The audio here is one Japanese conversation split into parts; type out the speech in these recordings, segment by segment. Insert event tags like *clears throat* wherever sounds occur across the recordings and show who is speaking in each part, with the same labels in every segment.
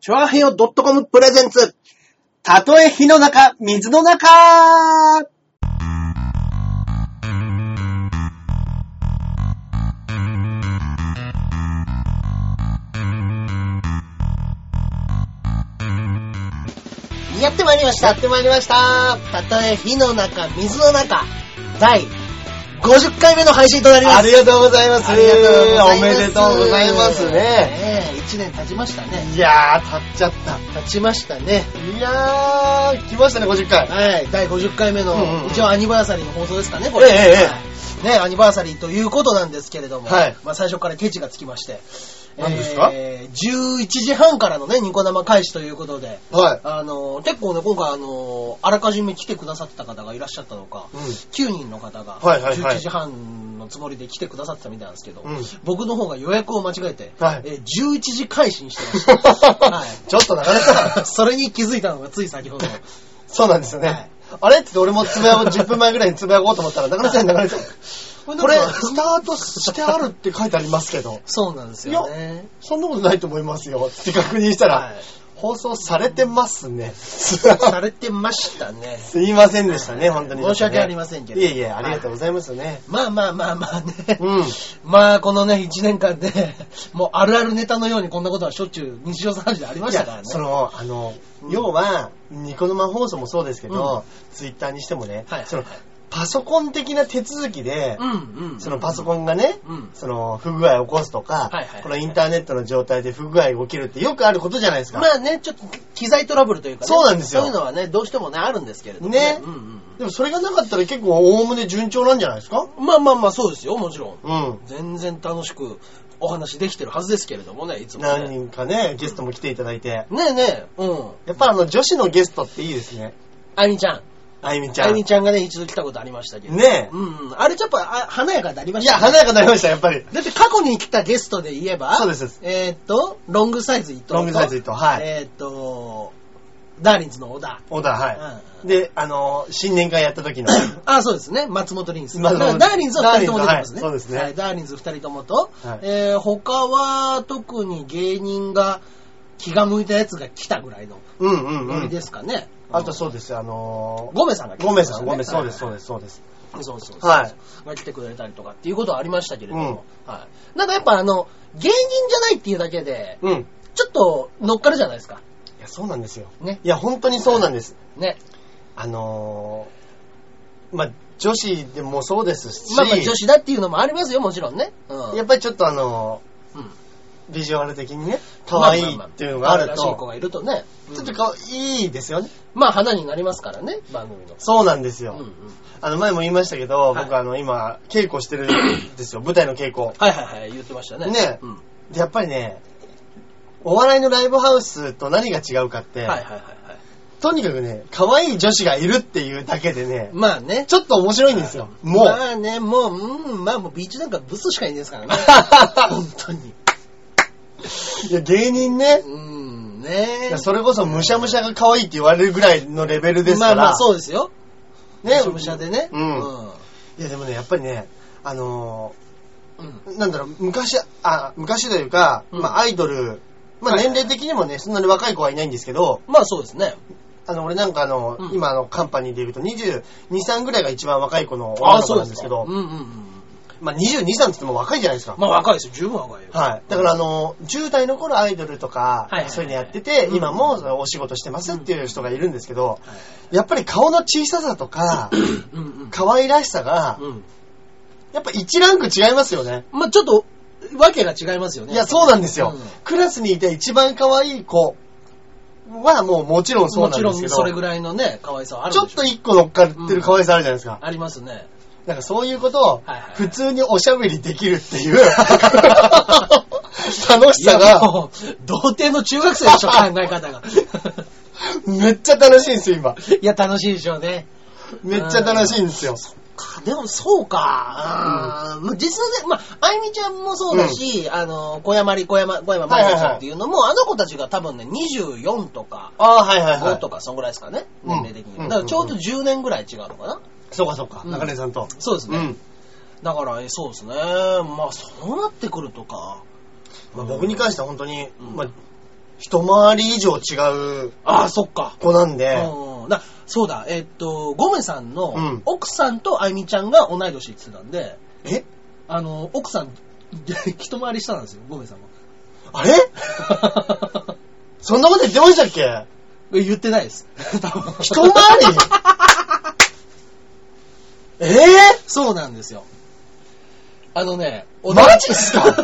Speaker 1: チョアヘヨ .com プレゼンツ。たとえ火の中、水の中
Speaker 2: やってまいりまし
Speaker 1: や
Speaker 2: た。
Speaker 1: ってまいりました。
Speaker 2: たとえ火の中、水の中、第50回目の配信となります。
Speaker 1: ありがとうございます。
Speaker 2: ありがとうございます。
Speaker 1: おめでとうございますね。
Speaker 2: え。1年経ちましたね。
Speaker 1: いやー、経っちゃった。
Speaker 2: 経ちましたね。
Speaker 1: いやー、来ましたね、50回。
Speaker 2: はい、第50回目の、
Speaker 1: うんうんうん
Speaker 2: 一応アニバーサリーの放送ですかね、これ。
Speaker 1: ええええ
Speaker 2: はいね、アニバーサリーということなんですけれども、
Speaker 1: はい
Speaker 2: まあ、最初からケチがつきまして、
Speaker 1: 何ですか
Speaker 2: えー ?11 時半からのね、ニコ生開始ということで、
Speaker 1: はい。
Speaker 2: あのー結構ね、今回、あのーあらかじめ来てくださった方がいらっしゃったのか、
Speaker 1: うん
Speaker 2: 9人の方が、
Speaker 1: はいはいはい
Speaker 2: 11時半のつもりで来てくださってたみたいなんですけど、
Speaker 1: うん
Speaker 2: 僕の方が予約を間違えて、
Speaker 1: はい *laughs*
Speaker 2: えー11時開始にしてました。はい
Speaker 1: ちょっと流れた。
Speaker 2: それに気づいたのがつい先ほど。
Speaker 1: そうなんですよ
Speaker 2: はい
Speaker 1: ね。あれって俺もつぶやこう、10分前ぐらいにつぶやこうと思ったら、流れてない、流れてない。 *laughs* こ
Speaker 2: こ
Speaker 1: れ、
Speaker 2: れ、
Speaker 1: スタートしてあるって書いてありますけど、
Speaker 2: そうなんですよね。
Speaker 1: そんなことないと思いますよって確認したら、
Speaker 2: はい
Speaker 1: 放送されてます *laughs* ね。
Speaker 2: されてましたね。
Speaker 1: すいませんでしたね、本当に、
Speaker 2: 申し訳ありませんけど
Speaker 1: いえいえ、ありがとうございますね。
Speaker 2: まあまあまあまあね。
Speaker 1: うん
Speaker 2: まあ、このね、1年間で、もうあるあるネタのようにこんなことはしょっちゅう日常茶飯事でありま
Speaker 1: い
Speaker 2: したから
Speaker 1: や
Speaker 2: ね、。
Speaker 1: その、あの、
Speaker 2: うん
Speaker 1: 要は、ニコ生放送もそうですけ
Speaker 2: うん
Speaker 1: ど、ツイッターにしてもね
Speaker 2: はい、
Speaker 1: その、パソコン的な手続きで
Speaker 2: う、んうん。
Speaker 1: そのパソコンがね
Speaker 2: うん、
Speaker 1: その、不具合を起こすと
Speaker 2: はいはい
Speaker 1: か
Speaker 2: はい、
Speaker 1: このインターネットの状態で不具合が起きるってよくあることじゃないですか。
Speaker 2: まあね、ちょっと機材トラブルというかね。
Speaker 1: そうなんですよ
Speaker 2: そういうのはね、どうしてもね、あるんですけれども
Speaker 1: ね
Speaker 2: うんうん
Speaker 1: でもそれがなかったら結構おおむね順調なんじゃないですか
Speaker 2: うん。まあまあまあ、そうですよ、もちろん。
Speaker 1: うん。
Speaker 2: 全然楽しくお話できてるはずですけれどもね、いつも
Speaker 1: 何
Speaker 2: ね。
Speaker 1: 人かね、ゲストも来ていただいて。
Speaker 2: ねえねえ、うん。
Speaker 1: やっぱあの、女子のゲストっていいですね。
Speaker 2: あゆみちゃん。
Speaker 1: あゆみち
Speaker 2: あ
Speaker 1: ゃ
Speaker 2: ゆ
Speaker 1: ん。
Speaker 2: み
Speaker 1: ね
Speaker 2: ちゃんがね、一度来たことありましたけど。
Speaker 1: え。
Speaker 2: うんうん。あれちょっとあ華やかになりま
Speaker 1: い
Speaker 2: した
Speaker 1: や、
Speaker 2: ね
Speaker 1: 華やかになりました、やっぱり。
Speaker 2: だって過去に来たゲストで言えば、
Speaker 1: そうですそう
Speaker 2: えーっと、ロングサイズ伊藤と。
Speaker 1: ロングサイズ伊藤はい
Speaker 2: えーっと、ダーリンズの小田。
Speaker 1: オーダー、
Speaker 2: うん
Speaker 1: はい。
Speaker 2: うん
Speaker 1: で、あの、新年会やった
Speaker 2: *laughs*
Speaker 1: 時の。
Speaker 2: あ、そうですね。松本凛さん。だ
Speaker 1: 松
Speaker 2: か
Speaker 1: 本
Speaker 2: らダーリンズは二人とも出てますね。
Speaker 1: ダーリンズはいそうですね
Speaker 2: はいダーリンズ二人ともと、
Speaker 1: はい
Speaker 2: えー他は特に芸人が気が向いたやつが来たぐらいの
Speaker 1: うんうんう
Speaker 2: ノリで
Speaker 1: ん。
Speaker 2: すかね。
Speaker 1: あとそうですよ、あのー、
Speaker 2: ゴメさんが来て
Speaker 1: ごめんさん、ご
Speaker 2: ご
Speaker 1: め
Speaker 2: め
Speaker 1: ん、そうです、そうです、そうです。
Speaker 2: そうそうそう。
Speaker 1: はい。
Speaker 2: が来てくれたりとかっていうことはありましたけれども、はい。なんかやっぱあの、芸人じゃないっていうだけで、
Speaker 1: うん。い
Speaker 2: ちょっと乗っかるじゃないですか。
Speaker 1: や、そうなんですよ。
Speaker 2: ね。
Speaker 1: いや、本当にそうなんです。
Speaker 2: ね。
Speaker 1: あのー、まあ、女子でもそうですし、
Speaker 2: まあまあ女子だっていうのもありますよ、もちろんね。うん。
Speaker 1: やっぱりちょっとあの
Speaker 2: うん
Speaker 1: ー、ビジュアル的にね、可愛いっていうのがある
Speaker 2: ままま可愛らしい子
Speaker 1: と、
Speaker 2: がいるとね。うん
Speaker 1: ちょっと可愛いですよね。
Speaker 2: まあ、花になりますからね、番組の。
Speaker 1: そうなんですよ。
Speaker 2: うんうん
Speaker 1: あの、前も言いましたけど、
Speaker 2: はい
Speaker 1: 僕あの、今、稽古してるんですよ。舞台の稽古。
Speaker 2: はいはいはい、言ってましたね。
Speaker 1: ね
Speaker 2: うん。は
Speaker 1: でやっぱりね、お笑いのライブハウスと何が違うかっ
Speaker 2: い
Speaker 1: て、
Speaker 2: はいはいはい。
Speaker 1: とにかくね、可愛い女子がいるっていうだけでね、
Speaker 2: まあね。
Speaker 1: ちょっと面白いんですよ。もう。
Speaker 2: まあね、もう、うん、まあもうビーチなんかブスしかいないで
Speaker 1: *laughs*
Speaker 2: すからね。本当に。
Speaker 1: いや、芸人ね、
Speaker 2: うん、ね
Speaker 1: いやそれこそむしゃむしゃが可愛いって言われるぐらいのレベルですから。
Speaker 2: まあまあそうですよ。
Speaker 1: ね
Speaker 2: ね、むしゃむしゃでね。
Speaker 1: うん
Speaker 2: うん
Speaker 1: いや、でもね、やっぱりね、あの
Speaker 2: うん
Speaker 1: ーなんだろう、昔、あ、昔というか、
Speaker 2: うん
Speaker 1: まあアイドル、まあ
Speaker 2: はい
Speaker 1: 年齢的にもね、そんなに若い子はいないんですけど、
Speaker 2: まあそうですね。
Speaker 1: あの、俺なんかあの、
Speaker 2: うん
Speaker 1: 今あの、カンパニーで言うと22、3ぐらいが一番若い子の女の子なんですけ
Speaker 2: か
Speaker 1: ど、
Speaker 2: うんうんうん。
Speaker 1: まあ22、3って言っても若いじゃないですか。
Speaker 2: まあ若いですよ、十分若いよ。
Speaker 1: はい。だからあの、10代の頃アイドルとか
Speaker 2: はいはいは、い
Speaker 1: そういうのやってて、
Speaker 2: うん
Speaker 1: 今もそのお仕事してますっていう人がいるんですけど、
Speaker 2: はい
Speaker 1: やっぱり顔の小ささとか、
Speaker 2: うんうん。
Speaker 1: 可愛らしさが、
Speaker 2: うん。
Speaker 1: やっぱ1ランク違いますよね。
Speaker 2: まあちょっと、わけが違いますよね。
Speaker 1: いや、そうなんですよ。
Speaker 2: うん
Speaker 1: クラスにいて一番可愛い子はもうもちろんそう
Speaker 2: も
Speaker 1: な
Speaker 2: ち
Speaker 1: ん
Speaker 2: ろ
Speaker 1: で
Speaker 2: ん
Speaker 1: すけど、
Speaker 2: それぐらいのね、可愛さはあるん
Speaker 1: ちょ
Speaker 2: で
Speaker 1: っ
Speaker 2: しょ
Speaker 1: と一個乗っかってる可愛さあるじゃないですか。
Speaker 2: ありますね。
Speaker 1: なんかそういうことを
Speaker 2: はいはいはい、
Speaker 1: 普通におしゃべりできるっていう、楽しさ
Speaker 2: いや
Speaker 1: が、
Speaker 2: もう童貞の中学生でしょ、考え方が。
Speaker 1: めっちゃ楽し *laughs* いんですよ、今。
Speaker 2: いや、楽しいでしょうね。
Speaker 1: めっちゃ楽しいんですよ。
Speaker 2: かでも、そうか。うん、実際ね、まあ、あゆみちゃんもそうだし、あの、小山里小山、小山まり
Speaker 1: はい
Speaker 2: な
Speaker 1: はい
Speaker 2: さ
Speaker 1: は
Speaker 2: ん
Speaker 1: い
Speaker 2: っていうのも、あの子たちが多分ね、24とか、
Speaker 1: ああ、はいはいは
Speaker 2: 5
Speaker 1: い
Speaker 2: と。か、そんぐらいですかね、
Speaker 1: うん
Speaker 2: 年齢的に。
Speaker 1: うん
Speaker 2: だから、ちょうど10年ぐらい違うのかな。
Speaker 1: そうかそうか、
Speaker 2: うん
Speaker 1: 中根さんと。
Speaker 2: そうです
Speaker 1: う
Speaker 2: ね。
Speaker 1: ん。
Speaker 2: だから、えそうですね。まあ、そうなってくるとか。
Speaker 1: まあ僕に関しては本当に、
Speaker 2: うん
Speaker 1: まあ、一回り以上違う
Speaker 2: ああ、そっか。
Speaker 1: 子なんで、
Speaker 2: うんだそうだ、えっと、ゴメさんの
Speaker 1: うん
Speaker 2: 奥さんとあゆみちゃんが同い年って言ってたんで、
Speaker 1: え
Speaker 2: あの、奥さん、 *laughs* 一回り下なんですよ、ゴメさん
Speaker 1: あれ
Speaker 2: は。
Speaker 1: そんなこと言ってましたっけ
Speaker 2: *laughs* 言ってないです。多分
Speaker 1: *laughs* 一
Speaker 2: *laughs*
Speaker 1: 回りえぇ、
Speaker 2: そうなんですよ。あのね、お
Speaker 1: マジっすか
Speaker 2: *laughs*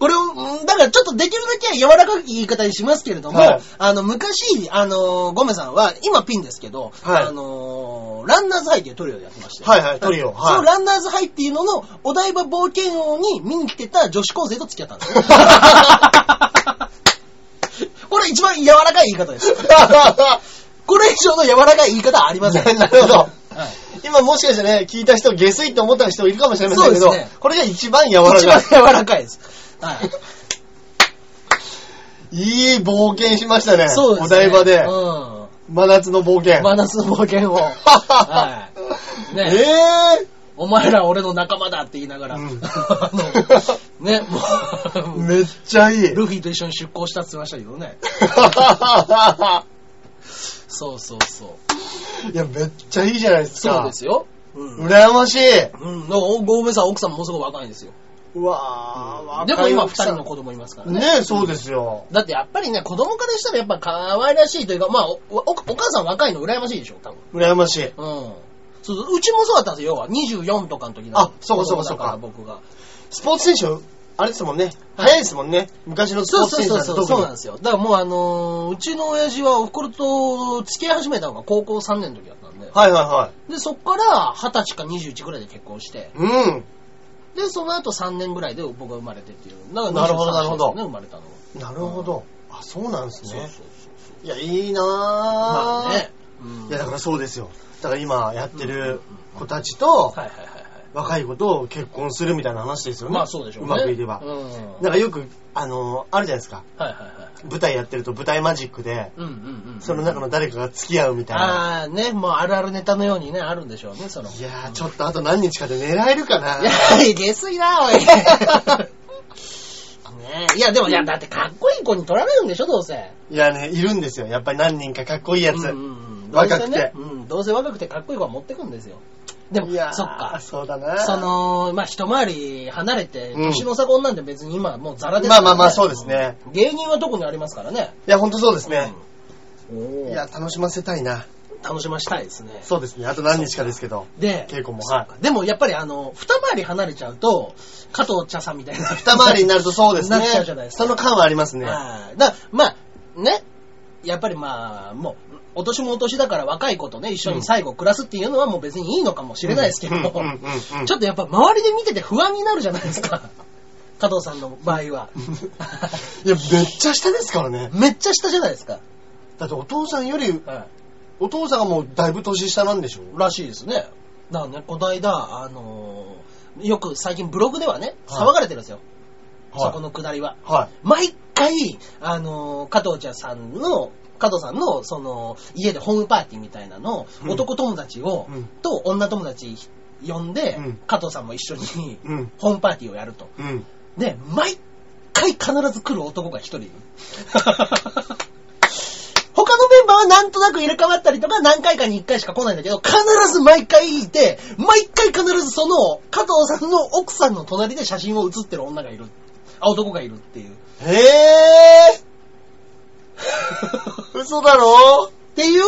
Speaker 2: これを、うんだからちょっとできるだけ柔らかい言い方にしますけれども、
Speaker 1: はい
Speaker 2: あの、昔、あの、ゴメさんは、今ピンですけど、
Speaker 1: はい
Speaker 2: あの、ランナーズハイっていうトリオでやってまして、
Speaker 1: はいはいトリオはい
Speaker 2: そのランナーズハイっていうのの、お台場冒険王に見に来てた女子高生と付き合ったんですよ。
Speaker 1: *laughs*
Speaker 2: これ一番柔らかい言い方です。これ以上の柔らかい言い方はありません。
Speaker 1: ななるほど
Speaker 2: はい
Speaker 1: *laughs* 今もしかしてね、聞いた人、下水と思った人いるかもしれませんけ
Speaker 2: そ
Speaker 1: ど、
Speaker 2: うですね
Speaker 1: これが一番柔ら
Speaker 2: 一
Speaker 1: か
Speaker 2: 番
Speaker 1: い。
Speaker 2: 柔らかいです。はい。
Speaker 1: いい冒険しましたね。
Speaker 2: そうです、ね。
Speaker 1: お台場で、
Speaker 2: う
Speaker 1: 真夏の冒険。
Speaker 2: ん。真夏の冒険
Speaker 1: *laughs*
Speaker 2: を。はい。ね、
Speaker 1: え
Speaker 2: お前ら俺の仲間だって言いながら。
Speaker 1: うん
Speaker 2: あのね、
Speaker 1: ー、
Speaker 2: もう、
Speaker 1: めっちゃいい。
Speaker 2: ルフィと一緒に出航したって言ってましたけどね。そうそうそう。
Speaker 1: *laughs* いや、めっちゃいいじゃないですか。
Speaker 2: そうですよ。うん。
Speaker 1: 羨ましい。
Speaker 2: うん。だからおごめさん、奥さんももうすごい若いんですよ。
Speaker 1: うわー、
Speaker 2: でも今、
Speaker 1: 若い
Speaker 2: 二
Speaker 1: 奥さ
Speaker 2: 人
Speaker 1: ん
Speaker 2: の子供いますからね。
Speaker 1: ねえ、そうですよ。
Speaker 2: だってやっぱりね、子供からしたらやっぱ可愛らしいというか、まあ、おおお母さん若いの羨ましいでしょ、多分。
Speaker 1: 羨ましい。
Speaker 2: うん。そうそう、うちもそうだったんですよ、要は。24とかの時の。
Speaker 1: あそうかそうかそうか
Speaker 2: 子供だら僕が。
Speaker 1: スポーツ選手、あれですもんね。早いですもんね。昔のス
Speaker 2: そ
Speaker 1: ポ
Speaker 2: う
Speaker 1: ーツ
Speaker 2: そ
Speaker 1: 選
Speaker 2: う
Speaker 1: 手
Speaker 2: そう
Speaker 1: だ
Speaker 2: そう、
Speaker 1: と
Speaker 2: そうなん
Speaker 1: 特
Speaker 2: で
Speaker 1: に。
Speaker 2: すよ。だからもうあのーうちの親父はおふくろと付き合い始めたのが高校3年の時だったんで。
Speaker 1: はいは
Speaker 2: で、そっから20歳か21ぐらいで結婚して、
Speaker 1: いはい。うん。
Speaker 2: で、その後3年ぐらいで僕が生まれてっていう。だから
Speaker 1: なるほど
Speaker 2: 23
Speaker 1: なるほど
Speaker 2: 歳ですね、生まれたのは。
Speaker 1: なるほど。あ、そうなんです
Speaker 2: そうそう
Speaker 1: ね。
Speaker 2: そう。
Speaker 1: いや、いいなぁ。
Speaker 2: まあね。うん
Speaker 1: いや、だからそうですよ。だから今やって
Speaker 2: うんうんうん
Speaker 1: る子たちと、
Speaker 2: はいはいはいはい。
Speaker 1: 若い子と結婚するみたいな話ですよね。
Speaker 2: まあそうでしょうね。
Speaker 1: まくいれば
Speaker 2: う。ん。はい
Speaker 1: なんかよく、あのーあるじゃないですか。
Speaker 2: はいはい。
Speaker 1: 舞台やってると舞台マジックで、
Speaker 2: うんうんうん。
Speaker 1: その中の誰かが付き合うみたいな。
Speaker 2: ああーね、もうあるあるネタのようにね、あるんでしょうね、その。
Speaker 1: いやー、ちょっとあと何日かで狙えるかない
Speaker 2: や、下水な、おい。ね *laughs* えいや、でも、いや、だってかっこいい子に取られるんでしょ、どうせ。
Speaker 1: いやね、いるんですよ。やっぱり何人かかっこいいやつ。
Speaker 2: うんうんうん
Speaker 1: 若くて
Speaker 2: どうせねうん、どうせ若くてかっこいい子は持ってくんですよ。でも、
Speaker 1: いやー
Speaker 2: そっか。
Speaker 1: そうだな。
Speaker 2: そ、の、まあ、一回り離れて、
Speaker 1: うん
Speaker 2: 年の差婚なんて別に今はもうザラです
Speaker 1: まあ
Speaker 2: から
Speaker 1: まあまあ、そうです。ね。
Speaker 2: 芸人はどこにありますからね。
Speaker 1: いや、ほんとそうですね。
Speaker 2: うんおー
Speaker 1: いや、楽しませたいな。
Speaker 2: 楽しましたいですね。
Speaker 1: そうですね。あと何日かですけど。
Speaker 2: で、
Speaker 1: 稽古も。はい。
Speaker 2: でもやっぱりあの、二回り離れちゃうと、加藤茶さんみたいな。
Speaker 1: 二回りになるとそうですね。
Speaker 2: なっちゃうじゃないですか
Speaker 1: その感はありますね。
Speaker 2: *laughs* はい。だからまあ、ね、やっぱりまあ、もう、お年もお年だから若い子とね、一緒に最後暮らすっていうのはもう別にいいのかもしれないですけど、
Speaker 1: うんうんうんうん
Speaker 2: ちょっとやっぱ周りで見てて不安になるじゃないです
Speaker 1: *laughs*
Speaker 2: か。加藤さんの場合は。 *laughs*
Speaker 1: いや、めっちゃ下ですからね。
Speaker 2: めっちゃ下じゃないですか。
Speaker 1: だってお父さんより、
Speaker 2: は
Speaker 1: お父さんがもうだいぶ年下なんでしょ
Speaker 2: い。らしいですね。だからね、この間、あのーよく最近ブログではね、
Speaker 1: はい
Speaker 2: 騒がれてるんですよ。
Speaker 1: はい
Speaker 2: そこのくだりは。
Speaker 1: は
Speaker 2: 毎回、あの、加藤茶さんの、加藤さんの、その、家でホームパーティーみたいなのを、
Speaker 1: うん
Speaker 2: 男友達を、
Speaker 1: うん
Speaker 2: と女友達呼んで、
Speaker 1: うん
Speaker 2: 加藤さんも一緒に、
Speaker 1: い。うん。
Speaker 2: ホームパーティーをやると。
Speaker 1: うん。
Speaker 2: で、毎回必ず来る男が一人いる。 *laughs* 他のメンバーはなんとなく入れ替わったりとか何回かに一回しか来ないんだけど、必ず毎回いて、毎回必ずその加藤さんの奥さんの隣で写真を写ってる女がいる。あ、男がいるっていう。
Speaker 1: へえ
Speaker 2: っ *laughs*
Speaker 1: ー嘘だろ
Speaker 2: ていう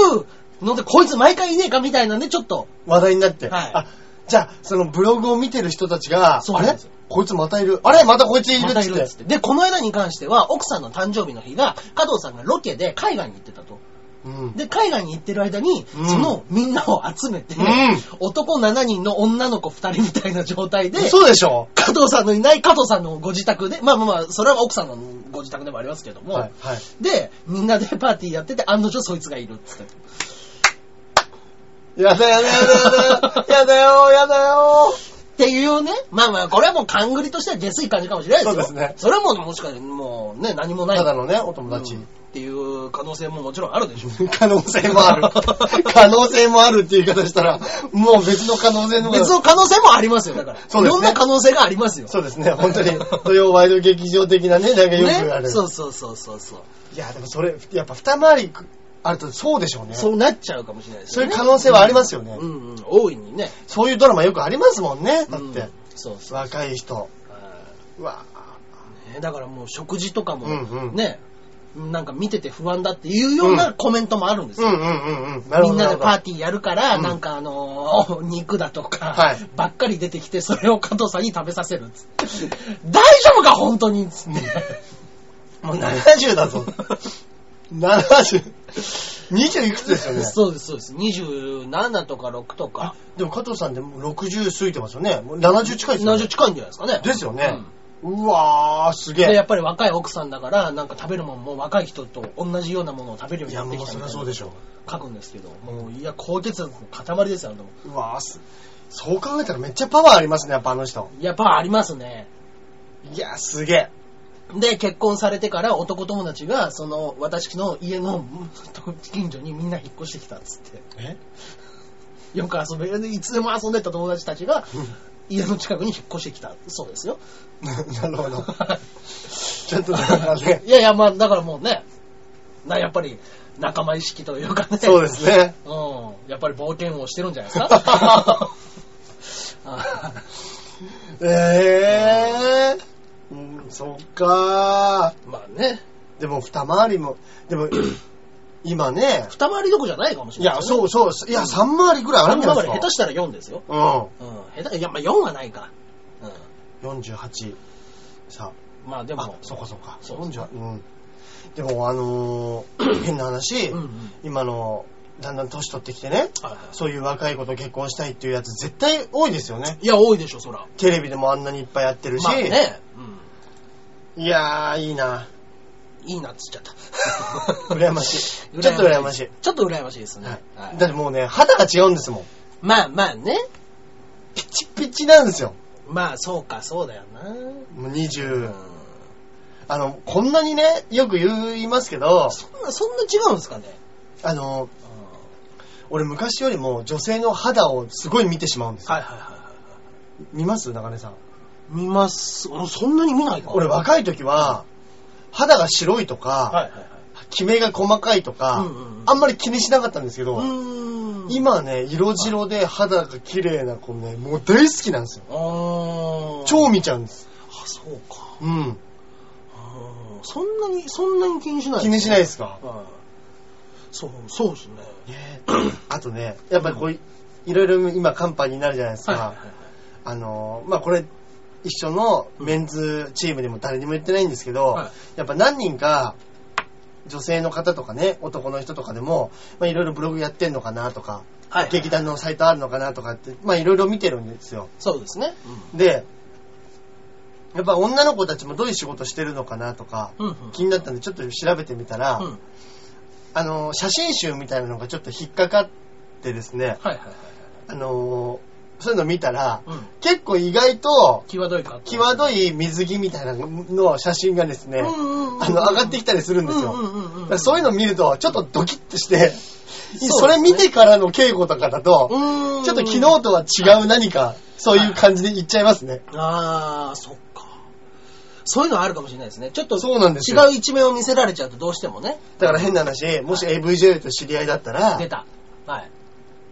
Speaker 2: ので、こいつ毎回いねえかみたいなんで、ちょっと。
Speaker 1: 話題になって。
Speaker 2: はい
Speaker 1: あ、じゃあ、そのブログを見てる人たちが、
Speaker 2: そう
Speaker 1: あ
Speaker 2: なん
Speaker 1: れ
Speaker 2: ですよ
Speaker 1: こいつまたいる。あれまたこいついる
Speaker 2: ま
Speaker 1: ったつ
Speaker 2: い
Speaker 1: っ
Speaker 2: る
Speaker 1: て
Speaker 2: っつ。って。で、この間に関しては、奥さんの誕生日の日が、加藤さんがロケで海外に行ってたと。
Speaker 1: うん。
Speaker 2: で、海外に行ってる間に、
Speaker 1: うん
Speaker 2: そのみんなを集めて、
Speaker 1: うん
Speaker 2: 男7人の女の子2人みたいな状態で、
Speaker 1: そうでしょ
Speaker 2: 加藤さんのいない加藤さんのご自宅で、まあまあまあ、それは奥さんのご自宅でもありますけども、
Speaker 1: はい。はい。
Speaker 2: で、みんなでパーティーやってて、案の定そいつがいるっつって。
Speaker 1: やだやだやだ
Speaker 2: *laughs*
Speaker 1: やだやだよ、やだよ。
Speaker 2: っていうね。まあまあ、これはもう勘繰りとしては下水感じかもしれないですよ。
Speaker 1: そうですね
Speaker 2: それはもう、もしかして、もうね、何もない。
Speaker 1: ただのね、お友達
Speaker 2: うん。っていう可能性ももちろんあるでしょ。
Speaker 1: *laughs* 可能性も
Speaker 2: *laughs*
Speaker 1: ある。可能性もあるっていう言い方したら、もう別の可能性の方が
Speaker 2: 別の可能性もありますよ、だから。
Speaker 1: そうですね
Speaker 2: いろんな可能性がありますよ。
Speaker 1: そうですね、本当に、土曜ワイド劇場的なね、なんかよくある。
Speaker 2: ね。そうそうそうそうそう。
Speaker 1: いや、でもそれ、やっぱ二回りあるとそうでしょうね。
Speaker 2: そうなっちゃうかもしれないです
Speaker 1: そ
Speaker 2: よ
Speaker 1: ういう
Speaker 2: ね。
Speaker 1: 可能性はありますよね。
Speaker 2: うんうん、大いにね。
Speaker 1: そういうドラマよくありますもんね、だっ
Speaker 2: う
Speaker 1: て
Speaker 2: ん。そうそう。
Speaker 1: 若い人。
Speaker 2: は
Speaker 1: うわ
Speaker 2: いねだからもう食事とかも
Speaker 1: うんうん
Speaker 2: ね、なんか見てて不安だっていうようなコメントもあるんです
Speaker 1: うんう
Speaker 2: よ。
Speaker 1: んうんうん。なる
Speaker 2: み
Speaker 1: ほど。
Speaker 2: んなでパー
Speaker 1: テ
Speaker 2: ティーやるから、
Speaker 1: うん
Speaker 2: なんかあのー肉だと
Speaker 1: は
Speaker 2: か
Speaker 1: い、
Speaker 2: ばっかり出てきて、それを加藤さんに食べさせるっつって。大丈夫か、本当にっつって。
Speaker 1: ィー。 *laughs* もう70だぞ。70。20いくつですよね。
Speaker 2: *laughs* そうです、そうです。27とか6とか、
Speaker 1: でも加藤さんってもう60過ぎてますよね。もう70近いですよね
Speaker 2: 70。近いんじゃないですかね。
Speaker 1: ですよ
Speaker 2: う
Speaker 1: ね
Speaker 2: ん。
Speaker 1: うわー、すげ
Speaker 2: で、や
Speaker 1: え。
Speaker 2: っぱり若い奥さんだから、なんか食べるもんも若い人と同じようなものを食べるよう
Speaker 1: い
Speaker 2: に
Speaker 1: や、
Speaker 2: なっ
Speaker 1: も
Speaker 2: て
Speaker 1: う
Speaker 2: きた
Speaker 1: そ
Speaker 2: み
Speaker 1: り
Speaker 2: た
Speaker 1: ゃ
Speaker 2: いな
Speaker 1: そうでしょう。
Speaker 2: 書くんですけど、もう、いや、高血圧の塊ですよ、でも。
Speaker 1: うわーすそう考えたらめっちゃパワーありますね、やっぱあの人。
Speaker 2: やっぱありますね。
Speaker 1: いや、すげえ。
Speaker 2: で、結婚されてから男友達が、その、私の家の近所にみんな引っ越してきたっつって。
Speaker 1: え *laughs*
Speaker 2: よく遊べる、いつでも遊んでた友達たちが、家の近くに引っ越してきた。そうですよ。
Speaker 1: なるほど。ちょっとなんかね。
Speaker 2: *laughs* いやいや、まあ、だからもうね、な、やっぱり、仲間意識というか
Speaker 1: *laughs*
Speaker 2: ね。
Speaker 1: そうですね。
Speaker 2: うん。やっぱり冒険をしてるんじゃないですかあ
Speaker 1: *laughs* ええー。うん、そっか
Speaker 2: まあね、
Speaker 1: ー。でも二回りも、でも、今ね、
Speaker 2: 二回りどこじゃないかもし
Speaker 1: い
Speaker 2: れない、
Speaker 1: や、
Speaker 2: ね。。
Speaker 1: そううそう、いや、三回りぐらいあるん
Speaker 2: 三
Speaker 1: じゃない
Speaker 2: 回
Speaker 1: で
Speaker 2: り
Speaker 1: す
Speaker 2: 下
Speaker 1: か
Speaker 2: 手。したら4ですよ。
Speaker 1: う
Speaker 2: うん。下手、いや、まあ4はないか。
Speaker 1: ん。48。さ
Speaker 2: うん。まあで
Speaker 1: あ、あ
Speaker 2: も、、
Speaker 1: そっかそっか。
Speaker 2: そう
Speaker 1: 48。うん。でも、あのー、 *coughs* 変な話、
Speaker 2: うんうん。
Speaker 1: 今の、だんだん年取ってきてね、
Speaker 2: はいはい
Speaker 1: そういう若い子と結婚したいっていうやつ絶対多いですよね。
Speaker 2: いや、多いでしょ、そら。
Speaker 1: テレビでもあんなにいっぱいやってるし、
Speaker 2: まあね、うん。
Speaker 1: いやー、いいな。
Speaker 2: いいなっつっちゃった。
Speaker 1: *laughs* 羨まし
Speaker 2: *laughs*
Speaker 1: い。ちょっと羨ましい。
Speaker 2: ちょっと羨ましいですね。
Speaker 1: はい
Speaker 2: はい
Speaker 1: だってもうね、肌が違うんですもん。
Speaker 2: まあまあね。
Speaker 1: ピチピチなんですよ。
Speaker 2: まあそうか、そうだよな。
Speaker 1: もう20、
Speaker 2: うん。
Speaker 1: あの、こんなにね、よく言いますけど、
Speaker 2: そんな、そんな違うんですかね。
Speaker 1: あの、
Speaker 2: うん
Speaker 1: 俺昔よりも女性の肌をすごい見てしまうんですよ。
Speaker 2: はいはいはいはい。
Speaker 1: 見ます中根さん。
Speaker 2: 見ます。あそんなに見ないか。
Speaker 1: 俺
Speaker 2: は
Speaker 1: 若い時は、肌が白いと
Speaker 2: いは
Speaker 1: か、
Speaker 2: いはい。
Speaker 1: キメが細かいとか、
Speaker 2: うんうんうん
Speaker 1: あんまり気にしなかったんですけど、
Speaker 2: うーん。
Speaker 1: 今はね、色白で肌が綺麗な子ね、もう大好きなんですよ。
Speaker 2: ああ。
Speaker 1: 超見ちゃうんです。
Speaker 2: あ、そうか。
Speaker 1: うん。
Speaker 2: あーそんなに、そんなに気にしない。
Speaker 1: 気にしないですか
Speaker 2: はい。そう、そうですね。
Speaker 1: *clears throat* ねあとね、やっぱりこうい、いろいろ今カンパニーになるじゃないですか。
Speaker 2: はいはいはい。
Speaker 1: あのー、まあこれ、一緒のメンズチームでも誰にも言ってないんですけど、
Speaker 2: はい
Speaker 1: やっぱ何人か、女性の方とかね、男の人とかでも、まあいろいろブログやってんのかなとか、
Speaker 2: はい
Speaker 1: 劇団のサイトあるのかなとかって、まあいろいろ見てるんですよ。
Speaker 2: そうですね。
Speaker 1: で、やっぱ女の子たちもどういう仕事してるのかなとか、
Speaker 2: うん。うん。
Speaker 1: 気になったんでちょっと調べてみたら、
Speaker 2: うん。はい
Speaker 1: あのー、写真集みたいなのがちょっと引っかかってですね、
Speaker 2: はいはい。
Speaker 1: あのーそういうの見たら、
Speaker 2: うん。
Speaker 1: 結構意外と、
Speaker 2: 際どいか。
Speaker 1: 際ど
Speaker 2: い。
Speaker 1: い水着みたいなの写真がですね、
Speaker 2: うんうんうん。
Speaker 1: あの、上がってきたりするんです
Speaker 2: う
Speaker 1: よ。
Speaker 2: んうんうん
Speaker 1: だ
Speaker 2: う
Speaker 1: から
Speaker 2: ん。
Speaker 1: そういうの見ると、ちょっとドキッとして、
Speaker 2: ね
Speaker 1: それ見てからの稽古とかだと、
Speaker 2: うーん。
Speaker 1: ちょっと昨日とは違う何か、そういう感じで言っちゃいますね。
Speaker 2: ああ、そっか。そういうのはあるかもしれないですね。ちょっと
Speaker 1: そうなんですよ
Speaker 2: 違う一面を見せられちゃうとどうしてもね。
Speaker 1: だから変な話、もし AVJ と知り合いだったら
Speaker 2: 出、た。はい。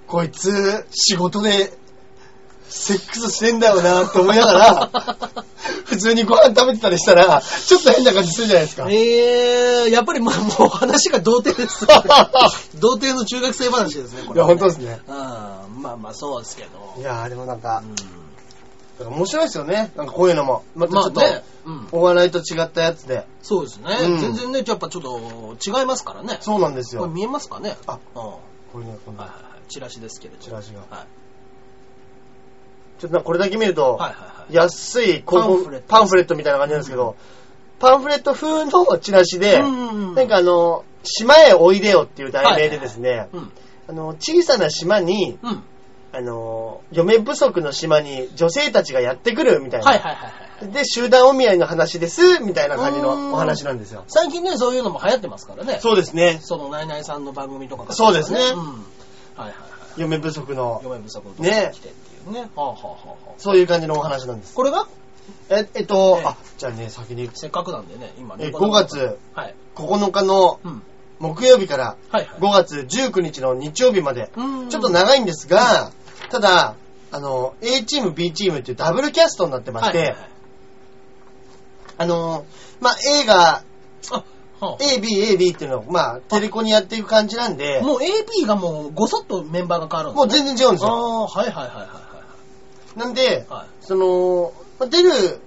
Speaker 1: こいつ、仕事で、セックスしてんだよなって思いながら、 *laughs* 普通にご飯食べてたりしたら、ちょっと変な感じするじゃないですか。
Speaker 2: *laughs* ええー、やっぱりまあもう話が童
Speaker 1: *laughs*
Speaker 2: 貞です。童貞の中学生話ですね、こ
Speaker 1: い
Speaker 2: れ、
Speaker 1: や、本当ですね。
Speaker 2: あーまあまあそうですけど。
Speaker 1: いやー、でもなん
Speaker 2: う
Speaker 1: か、
Speaker 2: ん
Speaker 1: だから面白いですよね。なんかこういうのも。またち
Speaker 2: ま
Speaker 1: ょ
Speaker 2: あ
Speaker 1: っと、
Speaker 2: ね、うん、
Speaker 1: お笑いと違ったやつで。
Speaker 2: そうですね、
Speaker 1: うん
Speaker 2: 全然ね、やっぱちょっと違いますからね。
Speaker 1: そうなんです
Speaker 2: これ
Speaker 1: よ。
Speaker 2: 見えますかね
Speaker 1: あ
Speaker 2: うん。
Speaker 1: こういうの、こん
Speaker 2: はい
Speaker 1: な。
Speaker 2: はいはい。チラシですけれども。
Speaker 1: チラシが
Speaker 2: はい。
Speaker 1: ちょっとなんかこれだけ見ると、
Speaker 2: はいはいはい。
Speaker 1: 安い広
Speaker 2: パンフレッ
Speaker 1: 告
Speaker 2: ト
Speaker 1: パンフレットみたいな感じなんですけど、パンフレット風のチラシで、
Speaker 2: うん
Speaker 1: なんか、あの、島へおいでよっていう題名でですね、
Speaker 2: うん。
Speaker 1: あの、小さな島に、
Speaker 2: うん。
Speaker 1: あの、嫁不足の島に女性たちがやってくるみたいな、
Speaker 2: はいはいはいはい。
Speaker 1: で、集団お見合いの話です、みたいな感じのお話なんですよ。
Speaker 2: 最近ね、そういうのも流行ってますからね。
Speaker 1: そうですね。
Speaker 2: その、ナイナイさんの番組とかが
Speaker 1: そうですね
Speaker 2: うん。はいはいはい。
Speaker 1: 嫁不足の、
Speaker 2: 嫁不足のところに来てっていうね。はあはあはあはあ
Speaker 1: そういう感じのお話なんです。
Speaker 2: これが
Speaker 1: え、えっと、
Speaker 2: ええ
Speaker 1: あ、じゃあね、先に、
Speaker 2: せっかくなんでね、今
Speaker 1: え
Speaker 2: ね。
Speaker 1: 5月
Speaker 2: はい。
Speaker 1: 9日の
Speaker 2: うん。
Speaker 1: 木曜日から
Speaker 2: はいはい。
Speaker 1: 5月19日の日曜日まで、
Speaker 2: うん
Speaker 1: ちょっと長いんですが、ただ、あの、A チーム、B チームっていうダブルキャストになってまして、
Speaker 2: はいはいはい
Speaker 1: あの、まあ、A が、
Speaker 2: あ、は
Speaker 1: A、B、A、B っていうのを、まあ、テレコにやっていく感じなんで、
Speaker 2: あ、
Speaker 1: も
Speaker 2: もう AP がもうごそっとメンバーが変わる
Speaker 1: うん
Speaker 2: ですね
Speaker 1: 全然違うんですよ。
Speaker 2: ああー、はいはいはいはい
Speaker 1: なんで、
Speaker 2: はい。はい。
Speaker 1: その、まあ出る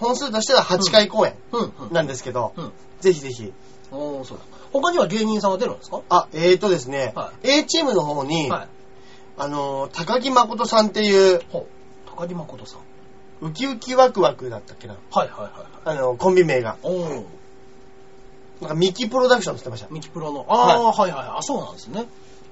Speaker 1: 本数としては8回公演
Speaker 2: うん、うん。
Speaker 1: なんですけど、
Speaker 2: うん。
Speaker 1: ぜひぜひ。
Speaker 2: おー、そうだ。他には芸人さんは出るんですか
Speaker 1: あ、えーとですね、
Speaker 2: は
Speaker 1: A チームの方に、
Speaker 2: はい。
Speaker 1: あの、高木誠さんっていう、
Speaker 2: ほう。高木誠さん。
Speaker 1: ウキウキワクワクだったっけな。
Speaker 2: はいはいはいはい。
Speaker 1: あの、コンビ名が。
Speaker 2: おー、
Speaker 1: なんかミキプロダクションって言ってまし
Speaker 2: ミキプロの。ああー、はいはいはい。あ、そうなんですね。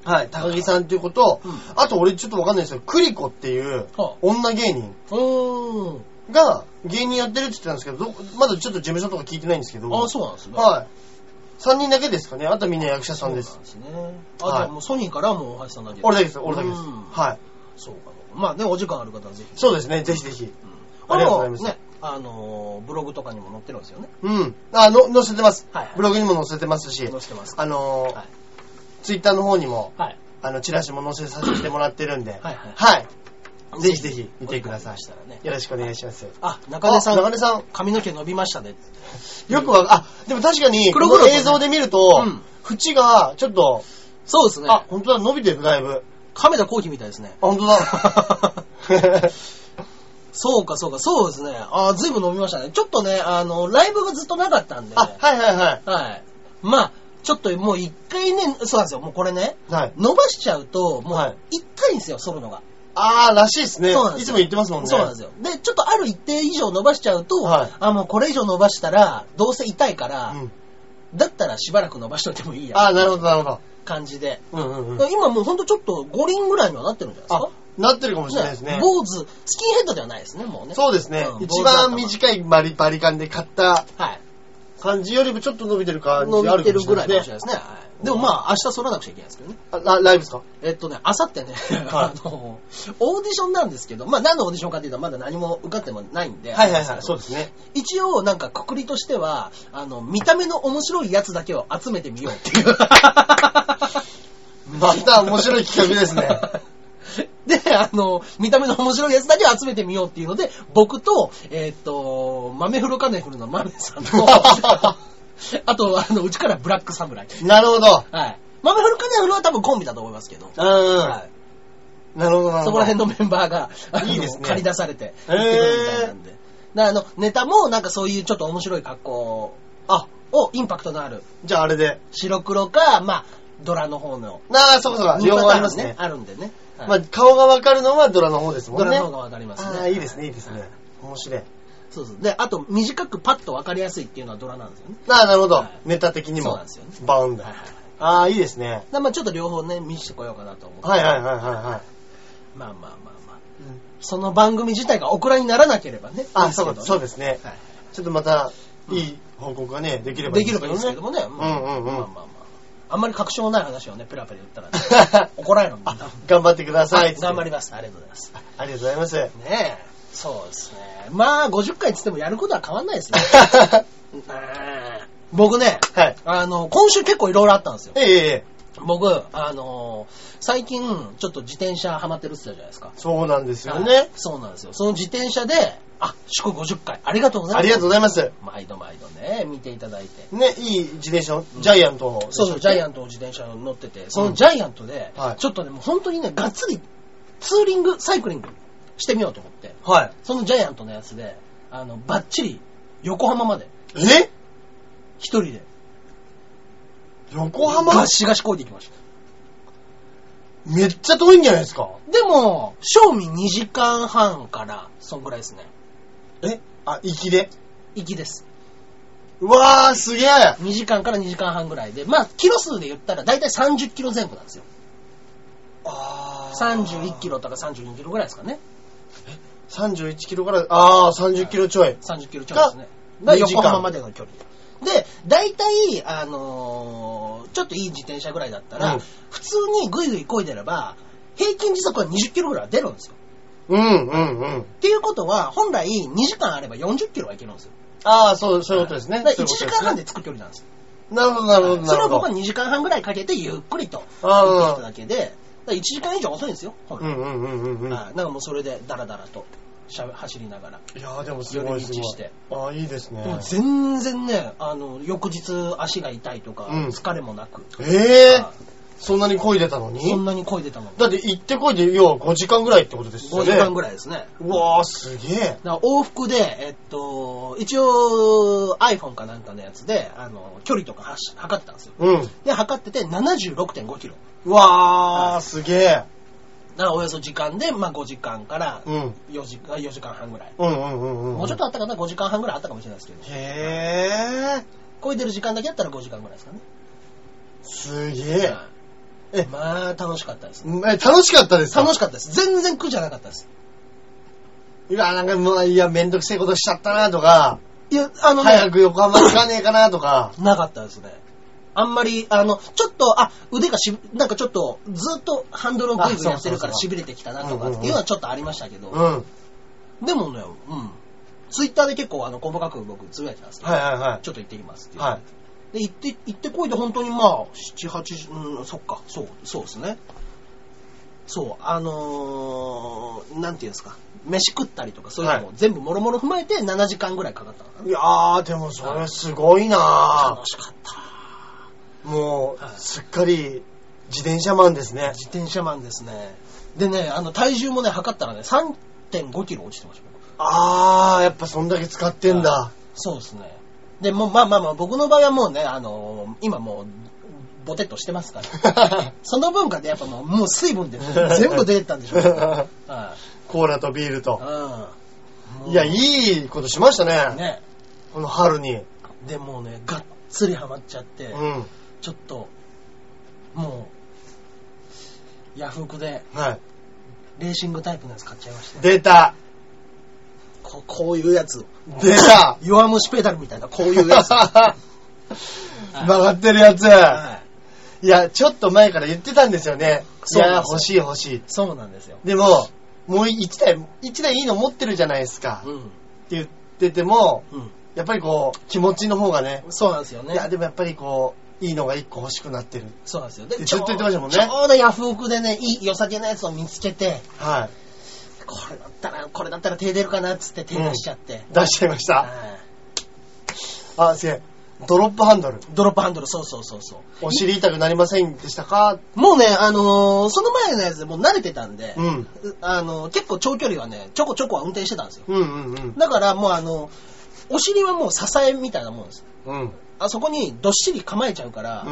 Speaker 1: た。はい。高木さんっていうこと、
Speaker 2: うん
Speaker 1: あと俺ちょっとわかんないですけど、クリコっていう
Speaker 2: はあ
Speaker 1: 女芸人
Speaker 2: おー。
Speaker 1: が芸人やってるって言ってたんですけど、どまだちょっと事務所とか聞いてないんですけど。
Speaker 2: ああ、そうなんですね。
Speaker 1: はい。3人だけですかね。あとみんな役者さんで
Speaker 2: そう
Speaker 1: す
Speaker 2: な。んですね。あ、
Speaker 1: はい
Speaker 2: じゃあもうソニーからもう大橋さんだけ。
Speaker 1: 俺だけです、俺だけです。
Speaker 2: うん
Speaker 1: はい。
Speaker 2: そうかそうか。まあね、お時間ある方はぜひ。
Speaker 1: そうですね、ぜひぜひ。
Speaker 2: うん
Speaker 1: ありがとうございます
Speaker 2: あのね、あのー、ブログとかにも載ってるんですよね。
Speaker 1: うん。あの、載せてます、
Speaker 2: はいはい
Speaker 1: ブログにも載せてますし、
Speaker 2: 載せてます。
Speaker 1: あのー
Speaker 2: はい
Speaker 1: ツイッターの方にも、
Speaker 2: はい。
Speaker 1: あの、チラシも載せさせてもらってるんで、
Speaker 2: はいはい
Speaker 1: ぜひぜひ見てください
Speaker 2: お時間ありましたらね。
Speaker 1: よろしくお願いします。
Speaker 2: あ、中根さ
Speaker 1: あ中
Speaker 2: ん、
Speaker 1: 根さん、
Speaker 2: 髪の毛伸びましたね。
Speaker 1: よくわか、あ、でも確かに、こ
Speaker 2: 黒々と
Speaker 1: の
Speaker 2: ね
Speaker 1: 映像で見ると、
Speaker 2: うん
Speaker 1: 縁が、ちょっと、
Speaker 2: そうですね。
Speaker 1: あ、本当だ、伸びてる、だいぶ。あ、
Speaker 2: 亀田光輝みたいですね。
Speaker 1: 本当
Speaker 2: *laughs*
Speaker 1: だ。
Speaker 2: そうか、そうか、そうですね。あーずいぶん伸びましたね。ちょっとね、あの、ライブがずっとなかったんで、
Speaker 1: あ、はいはいは
Speaker 2: はい。まあ、ちょっともう一回ね、そうなんですよ。もうこれね、
Speaker 1: い。はい。
Speaker 2: 伸ばしちゃうと、も、
Speaker 1: はいう
Speaker 2: 痛いんですよ、剃るのが。
Speaker 1: あー、らしいですね。
Speaker 2: そうなんです
Speaker 1: いつも言ってますもんね。
Speaker 2: そうなんですよ。で、ちょっとある一定以上伸ばしちゃうと、
Speaker 1: はい
Speaker 2: あ、もうこれ以上伸ばしたら、どうせ痛いから、
Speaker 1: うん
Speaker 2: だったらしばらく伸ばしといてもいいや、
Speaker 1: あー、なるほど、なるほど。
Speaker 2: 感じで。
Speaker 1: うんうんうん。
Speaker 2: 今もうほんとちょっと五輪ぐらいにはなってるんじゃない
Speaker 1: あ
Speaker 2: で、
Speaker 1: なってるかもし
Speaker 2: す
Speaker 1: れ
Speaker 2: か
Speaker 1: ないですね。
Speaker 2: 坊主、スキンヘッドではないですね、もうね。
Speaker 1: そうですね。
Speaker 2: うん
Speaker 1: 一番短いバリバリカンで買った
Speaker 2: はい。
Speaker 1: 感じよりもちょっと伸びてる感じ
Speaker 2: 伸
Speaker 1: あ
Speaker 2: び
Speaker 1: る
Speaker 2: て
Speaker 1: かもし
Speaker 2: る
Speaker 1: れ
Speaker 2: ぐ
Speaker 1: な
Speaker 2: ら
Speaker 1: い
Speaker 2: い
Speaker 1: で
Speaker 2: かもし
Speaker 1: すね。
Speaker 2: れないですね。でもまあ、明日剃らなくちゃいけないですけどね。
Speaker 1: あラライブですか
Speaker 2: えっとね、あさってね、
Speaker 1: は
Speaker 2: あ
Speaker 1: い
Speaker 2: の、オーディションなんですけど、まあ何のオーディションかっていうとまだ何も受かってもないんで、
Speaker 1: そうですね。
Speaker 2: 一応なんかくくりとしては、あの、見た目の面白いやつだけを集めてみようっていう。
Speaker 1: また *laughs* 面白い企画ですね。
Speaker 2: *laughs* で、あの、見た目の面白いやつだけを集めてみようっていうので、僕と、えーっと、豆フロカネフルの豆さ
Speaker 1: *laughs*
Speaker 2: んと、あと、あの、うちからブラックサムライ。
Speaker 1: なるほど。
Speaker 2: はい。豆フルカネフルは多分コンビだと思いますけど。
Speaker 1: うん。
Speaker 2: はい
Speaker 1: なるほど、なるほど。
Speaker 2: そこら辺のメンバーが、あの
Speaker 1: いいですね
Speaker 2: 借り出されて、行ってくるみたいなんで。だからあの、ネタもなんかそういうちょっと面白い格好
Speaker 1: あ、
Speaker 2: を、インパクトのある、
Speaker 1: じゃああれで。
Speaker 2: 白黒か、まあ、ドラの方の。
Speaker 1: なあ、そうかそうか。両方ありますね。
Speaker 2: あるんでね。はい
Speaker 1: まあ、顔がわかるのはドラの方ですも
Speaker 2: ド
Speaker 1: んね。
Speaker 2: ラの方がわかりますね。
Speaker 1: ああ、いいですね、いいですね。面白い。
Speaker 2: そうそう。で、あと、短くパッとわかりやすいっていうのはドラなんですよね。
Speaker 1: なあ、なるほど
Speaker 2: はい。
Speaker 1: ネタ的に
Speaker 2: そう
Speaker 1: も
Speaker 2: なんですよね。
Speaker 1: バウン
Speaker 2: はいは
Speaker 1: だ。
Speaker 2: いはい。だか
Speaker 1: ああ、いいですね。
Speaker 2: らまあちょっと両方ね、見せてこようかなと思って。
Speaker 1: はいはいはいはいはい。
Speaker 2: まあまあまあまあ。
Speaker 1: うん
Speaker 2: その番組自体がオクラにならなければね。
Speaker 1: あ、そうか
Speaker 2: ですけ
Speaker 1: そう
Speaker 2: どね
Speaker 1: ですね。
Speaker 2: はい。
Speaker 1: ちょっとまた、いい報告がね、できれば
Speaker 2: できればいいですけどもね。
Speaker 1: うんうんうん
Speaker 2: まあまあまあ。あんまり確証のない話をね、ペラペラ言ったら
Speaker 1: *laughs*
Speaker 2: ね、怒られるもんな。
Speaker 1: 頑張ってください。
Speaker 2: 頑張り
Speaker 1: ます。
Speaker 2: ます。ありがとうございます。
Speaker 1: ありがとうござい
Speaker 2: *laughs*
Speaker 1: ます。
Speaker 2: ねえ。そうですね。まあ、50回っつってもやることは変わんないですね。うん僕ね、
Speaker 1: はい。
Speaker 2: あの、今週結構いろいろあったんですよ。
Speaker 1: ええええ、
Speaker 2: 僕、あのー最近、ちょっと自転車ハマってるって言ったじゃないですか。
Speaker 1: そうなんですよ
Speaker 2: は
Speaker 1: ね
Speaker 2: い。そうなんですよ。その自転車で、あ、祝50回、ありがとうございます。
Speaker 1: ありがとうございます。
Speaker 2: 毎度毎度ね、見ていただいて。
Speaker 1: ね、いい自転車の、ジャイアントの。
Speaker 2: そうそう、ジャイア
Speaker 1: ン
Speaker 2: ントを自転車に乗ってて、そのジャイアントで、
Speaker 1: はい
Speaker 2: ちょっとね、もう本当にね、がっつりツーリング、サイクリングしてみようと思って、
Speaker 1: ト。はい。
Speaker 2: そのジャイアントのやつで、あの、バッチリ横浜まで、
Speaker 1: え
Speaker 2: 一人で、
Speaker 1: 横
Speaker 2: ガ
Speaker 1: 浜
Speaker 2: シガシこいで行きました。
Speaker 1: めっちゃ遠いんじゃないですか。
Speaker 2: でも、正味2時間半から、そんぐらいですね。
Speaker 1: えあ、行きで。
Speaker 2: 行きです。
Speaker 1: うわー、すげえ。
Speaker 2: 2時間から2時間半ぐらいで、まあ、キロ数で言ったら、だいたい30キロ前後なんですよ。
Speaker 1: あ
Speaker 2: 31キ。ロとか32キロぐらいですかね。
Speaker 1: 31キロから、ああ、30キロちょい。
Speaker 2: 30キロちょいですね。が
Speaker 1: が
Speaker 2: 横
Speaker 1: 2時
Speaker 2: 浜
Speaker 1: 間
Speaker 2: までの距離。で、大体、あのーちょっといい自転車ぐらいだったら、
Speaker 1: うん
Speaker 2: 普通にぐいぐい漕いでれば、平均時速は20キロぐらいは出るんですよ。
Speaker 1: うん、うん、うん。
Speaker 2: っていうことは、本来2時間あれば40キロはいけるんですよ。
Speaker 1: ああ、そう、そういうことですね。
Speaker 2: だか
Speaker 1: そう
Speaker 2: ら1
Speaker 1: いうことです
Speaker 2: 時
Speaker 1: ね
Speaker 2: 間半で着く距離なんですよ。
Speaker 1: なるほど、なるほど、
Speaker 2: そ
Speaker 1: な
Speaker 2: れを
Speaker 1: るほ
Speaker 2: 僕は
Speaker 1: ど。
Speaker 2: 2時間半ぐらいかけて、ゆっくりと、行って
Speaker 1: あ
Speaker 2: きただけで、だから1時間以上遅いんですよ、本
Speaker 1: あ、う
Speaker 2: 来
Speaker 1: ん、うん、うん、うんうん。い
Speaker 2: はいなんかもうそれで、ダラダラとしゃべ走りながら。
Speaker 1: やーでもすごい、す
Speaker 2: 寄り道
Speaker 1: ご
Speaker 2: し
Speaker 1: い
Speaker 2: て。
Speaker 1: ああ、いいですね
Speaker 2: で。も全然ね、あの、翌日足が痛いとか、
Speaker 1: うん
Speaker 2: 疲れもなく、
Speaker 1: ええ
Speaker 2: は
Speaker 1: そんなに漕いでたの
Speaker 2: いそ
Speaker 1: に
Speaker 2: んなに漕いでたのに。
Speaker 1: だって行ってこいで、要は5時間ぐらいってことですよ
Speaker 2: 5
Speaker 1: ね。
Speaker 2: 時間ぐらいですね。
Speaker 1: うわー、すげえ。
Speaker 2: だから往復で、えっと、一応 iPhone かなんかのやつで、あの、距離とかはし測ってたんですよ。
Speaker 1: うん。
Speaker 2: で、測ってて76.5キロ。
Speaker 1: うわー、すげえ。
Speaker 2: だからおよそ時間で、まあ5時間から
Speaker 1: うん。
Speaker 2: 4時間、4時間半ぐらい。
Speaker 1: うんうんうんうん。
Speaker 2: もうちょっとあったかな、5時間半ぐらいあったかもしれないですけど、
Speaker 1: へえ。
Speaker 2: こいでる時間だけだったら5時間ぐらいですかね。
Speaker 1: すげえ。
Speaker 2: え、まあ楽しかったですね。
Speaker 1: え、楽しかったですか
Speaker 2: 楽しかったです。全然苦じゃなかったです。
Speaker 1: いや、なんかもう、いや、めんどくせえことしちゃったなとか、
Speaker 2: いや、あのね、
Speaker 1: 早く横浜行かねえかなとか。
Speaker 2: なかったですね。あんまり、あの、ちょっと、あ、腕がしび、なんかちょっと、ずっとハンドルをグイグイやってるから
Speaker 1: あそうそうそう
Speaker 2: 痺れてきたなとかっていうのはちょっとありましたけど、
Speaker 1: うん。はい
Speaker 2: でもね、うん。ツイッターで結構、あの、細かく僕、つぶやいてたんですけど、
Speaker 1: はいは
Speaker 2: ちょっと行ってきますって
Speaker 1: い。
Speaker 2: いう。
Speaker 1: は
Speaker 2: で、行って、行ってこいで本当にまあ、7、8、うん、そっか、そう、そうですね。そう、あのー、なんていうんですか、飯食ったりとかそういうのも全部もろもろ踏まえて7時間ぐらいかかったのか
Speaker 1: い。いやー、でもそれすごい
Speaker 2: な。
Speaker 1: な
Speaker 2: 楽しかった。
Speaker 1: ーも、
Speaker 2: はいう
Speaker 1: すっかり、自転車マンですね。
Speaker 2: 自転車マンですね。でね、あの、体重もね、測ったらね、3.5キロ落ちてました。
Speaker 1: あー、やっぱそんだけ使ってんだ。
Speaker 2: そうですね。で、もう、まあまあまあ、僕の場合はもうね、あのー今もう、ボテッとしてますから。
Speaker 1: *laughs*
Speaker 2: その分がね、やっぱもう、もう水分で全部出てったんで
Speaker 1: *laughs*
Speaker 2: しょうね。は
Speaker 1: コーラとビールと。
Speaker 2: いうん。
Speaker 1: いや、い
Speaker 2: い
Speaker 1: いことしましたね。
Speaker 2: ね。
Speaker 1: この春に。
Speaker 2: でもうね、がっつりハマっちゃって、
Speaker 1: うん。
Speaker 2: ちょっと、もう、ヤフオクで
Speaker 1: はい。
Speaker 2: レーシングタイプのやつ買っちゃいまして、
Speaker 1: 出た
Speaker 2: ここういうやつを、
Speaker 1: *laughs* 出た
Speaker 2: 弱虫ペダルみたいな、こうい
Speaker 1: *laughs*
Speaker 2: うやつを。
Speaker 1: 曲がってるやつ。
Speaker 2: はい
Speaker 1: いや、ちょっと前から言ってたんですよね。い
Speaker 2: そう
Speaker 1: や、
Speaker 2: なん
Speaker 1: 欲
Speaker 2: で
Speaker 1: しい欲しい。
Speaker 2: そうなんですよ。
Speaker 1: でも、もう1台、一台いいの持ってるじゃないですか。
Speaker 2: う
Speaker 1: って
Speaker 2: ん。
Speaker 1: 言ってても、
Speaker 2: うん。
Speaker 1: やっぱりこう、気持ちの方がね。
Speaker 2: そうなんですよね。
Speaker 1: いや、でもやっぱりこう、いいのが1個欲しくなってる。
Speaker 2: そうなんですよ。で
Speaker 1: ずっと
Speaker 2: ちょう
Speaker 1: 言ってましたもんね
Speaker 2: ちょうどヤフオクでね、いい良さげなやつを見つけて、
Speaker 1: は
Speaker 2: これだったら、これだったら手出るかなっつって手出しちゃって。
Speaker 1: い。出しちゃいました。
Speaker 2: はい
Speaker 1: あ、すげえ。ドロップハンドル。
Speaker 2: ドロップハンドル、そうそうそうそう。
Speaker 1: お尻痛くなりませんでしたか
Speaker 2: もうね、あのーその前のやつでもう慣れてたんで、
Speaker 1: うん。
Speaker 2: あのー結構長距離はね、ちょこちょこは運転してたんですよ。
Speaker 1: うんうんうん。
Speaker 2: だからもうあのお尻はもう支えみたいなもんです。
Speaker 1: うん。うん。
Speaker 2: あそこにどっしり構えちゃうから、
Speaker 1: っ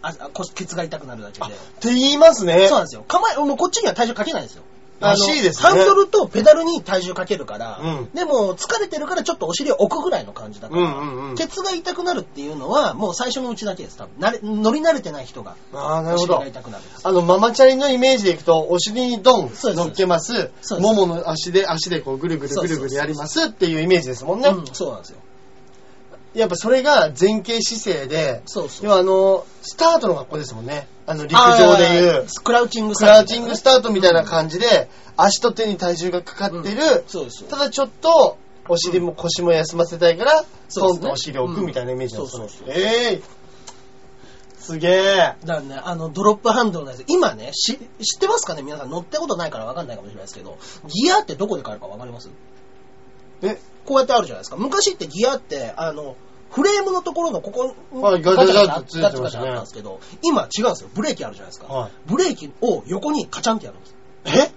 Speaker 2: ああこケツが痛くなるだけで。
Speaker 1: て言いますね
Speaker 2: そう。なんですよ。構え、もうこっちには体重かけないんですよ。
Speaker 1: らしいですね
Speaker 2: ハンドルとペダルに体重かけるから、
Speaker 1: うん
Speaker 2: でも疲れてるからちょっとお尻を置くぐらいの感じだか
Speaker 1: う
Speaker 2: ら、
Speaker 1: んうんうん。
Speaker 2: ケツが痛くなるっていうのはもう最初のうちだけです。多分慣れ乗り慣れてない人が
Speaker 1: ああ、な
Speaker 2: お
Speaker 1: るほ
Speaker 2: 尻
Speaker 1: ど
Speaker 2: が。痛くなるんです。
Speaker 1: あの、ママチャリのイメージでいくと、お尻にドン、
Speaker 2: そうです
Speaker 1: 乗っけます
Speaker 2: そう。で
Speaker 1: も
Speaker 2: す
Speaker 1: もの足で、足でこう、ぐるぐるぐるぐるやりますっていうイメージですもんね。
Speaker 2: うん、そうなんですよ。
Speaker 1: やっぱそれが前傾姿勢で、
Speaker 2: そうそう。
Speaker 1: 要はあの、スタートの格好ですもんね。あの、陸上でい
Speaker 2: あ
Speaker 1: う
Speaker 2: ー、クラウチング
Speaker 1: クラウチングスタートみたいな
Speaker 2: じ
Speaker 1: 感じで、足と手に体重がかかってる、
Speaker 2: そうですよ
Speaker 1: ただちょっと、お尻も腰も休ませたいから、
Speaker 2: そう
Speaker 1: ト
Speaker 2: で
Speaker 1: ン
Speaker 2: すね
Speaker 1: とお尻を置くみたいなイメージなんですね
Speaker 2: うんそうそう
Speaker 1: ええすげえ。
Speaker 2: だからね、あの、ドロップハンドルのやつ、今ね、し知ってますかね皆さん乗ったことないから分かんないかもしれないですけど、ギアってどこで買えるか分かります
Speaker 1: え
Speaker 2: こうやってあるじゃないですか。昔ってギアって、あの、フレームのところのここ、
Speaker 1: はいガチャガチャ
Speaker 2: ガ
Speaker 1: っ
Speaker 2: チ
Speaker 1: てつ
Speaker 2: ャ
Speaker 1: い
Speaker 2: ガ
Speaker 1: て
Speaker 2: チャ
Speaker 1: ま
Speaker 2: ガ
Speaker 1: し
Speaker 2: チ
Speaker 1: た
Speaker 2: ャ
Speaker 1: ね
Speaker 2: あったんですけど、今違うんですよ。ブレーキあるじゃないですか。
Speaker 1: はい
Speaker 2: ブレーキを横にカチャンってやるんです。
Speaker 1: え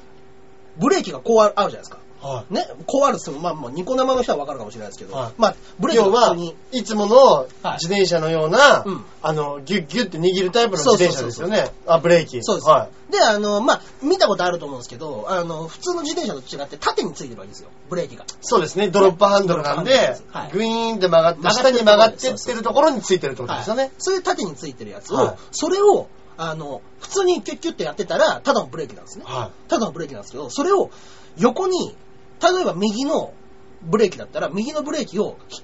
Speaker 2: ブレーキがこうあるあるじゃないですか。
Speaker 1: は
Speaker 2: ね、こうあるっつっても、まあ、まあ、ニコ生の人は分かるかもしれないですけど、
Speaker 1: はい
Speaker 2: まあ、ブレーキ
Speaker 1: 要
Speaker 2: が普
Speaker 1: は
Speaker 2: 通に、、
Speaker 1: いつもの
Speaker 2: はい
Speaker 1: 自転車のような、
Speaker 2: うん
Speaker 1: あの、ギュッギュッって握るタイプの自転車ですよね。あ、ブレーキ。
Speaker 2: そうです。
Speaker 1: は
Speaker 2: で、あの、まあ、見たことあると思うんですけど、あの、普通の自転車と違って縦についてるわけですよ、ブレーキが。
Speaker 1: い。そうですね。ドロップハンドルなん
Speaker 2: ドロッ
Speaker 1: で
Speaker 2: プハンドルですはい、
Speaker 1: グイーンって曲がって、
Speaker 2: 曲が
Speaker 1: 下
Speaker 2: ってる
Speaker 1: に曲がってってるところについてるってことですよ
Speaker 2: は
Speaker 1: ね
Speaker 2: い。そういう縦についてるやつを、
Speaker 1: はい
Speaker 2: それを、あの、普通にキュッキュッてやってたら、ただのブレーキなんですね。
Speaker 1: は
Speaker 2: ただのブレーキなんですけど、それを横に例えば右のブレーキだったら、右のブレーキをひ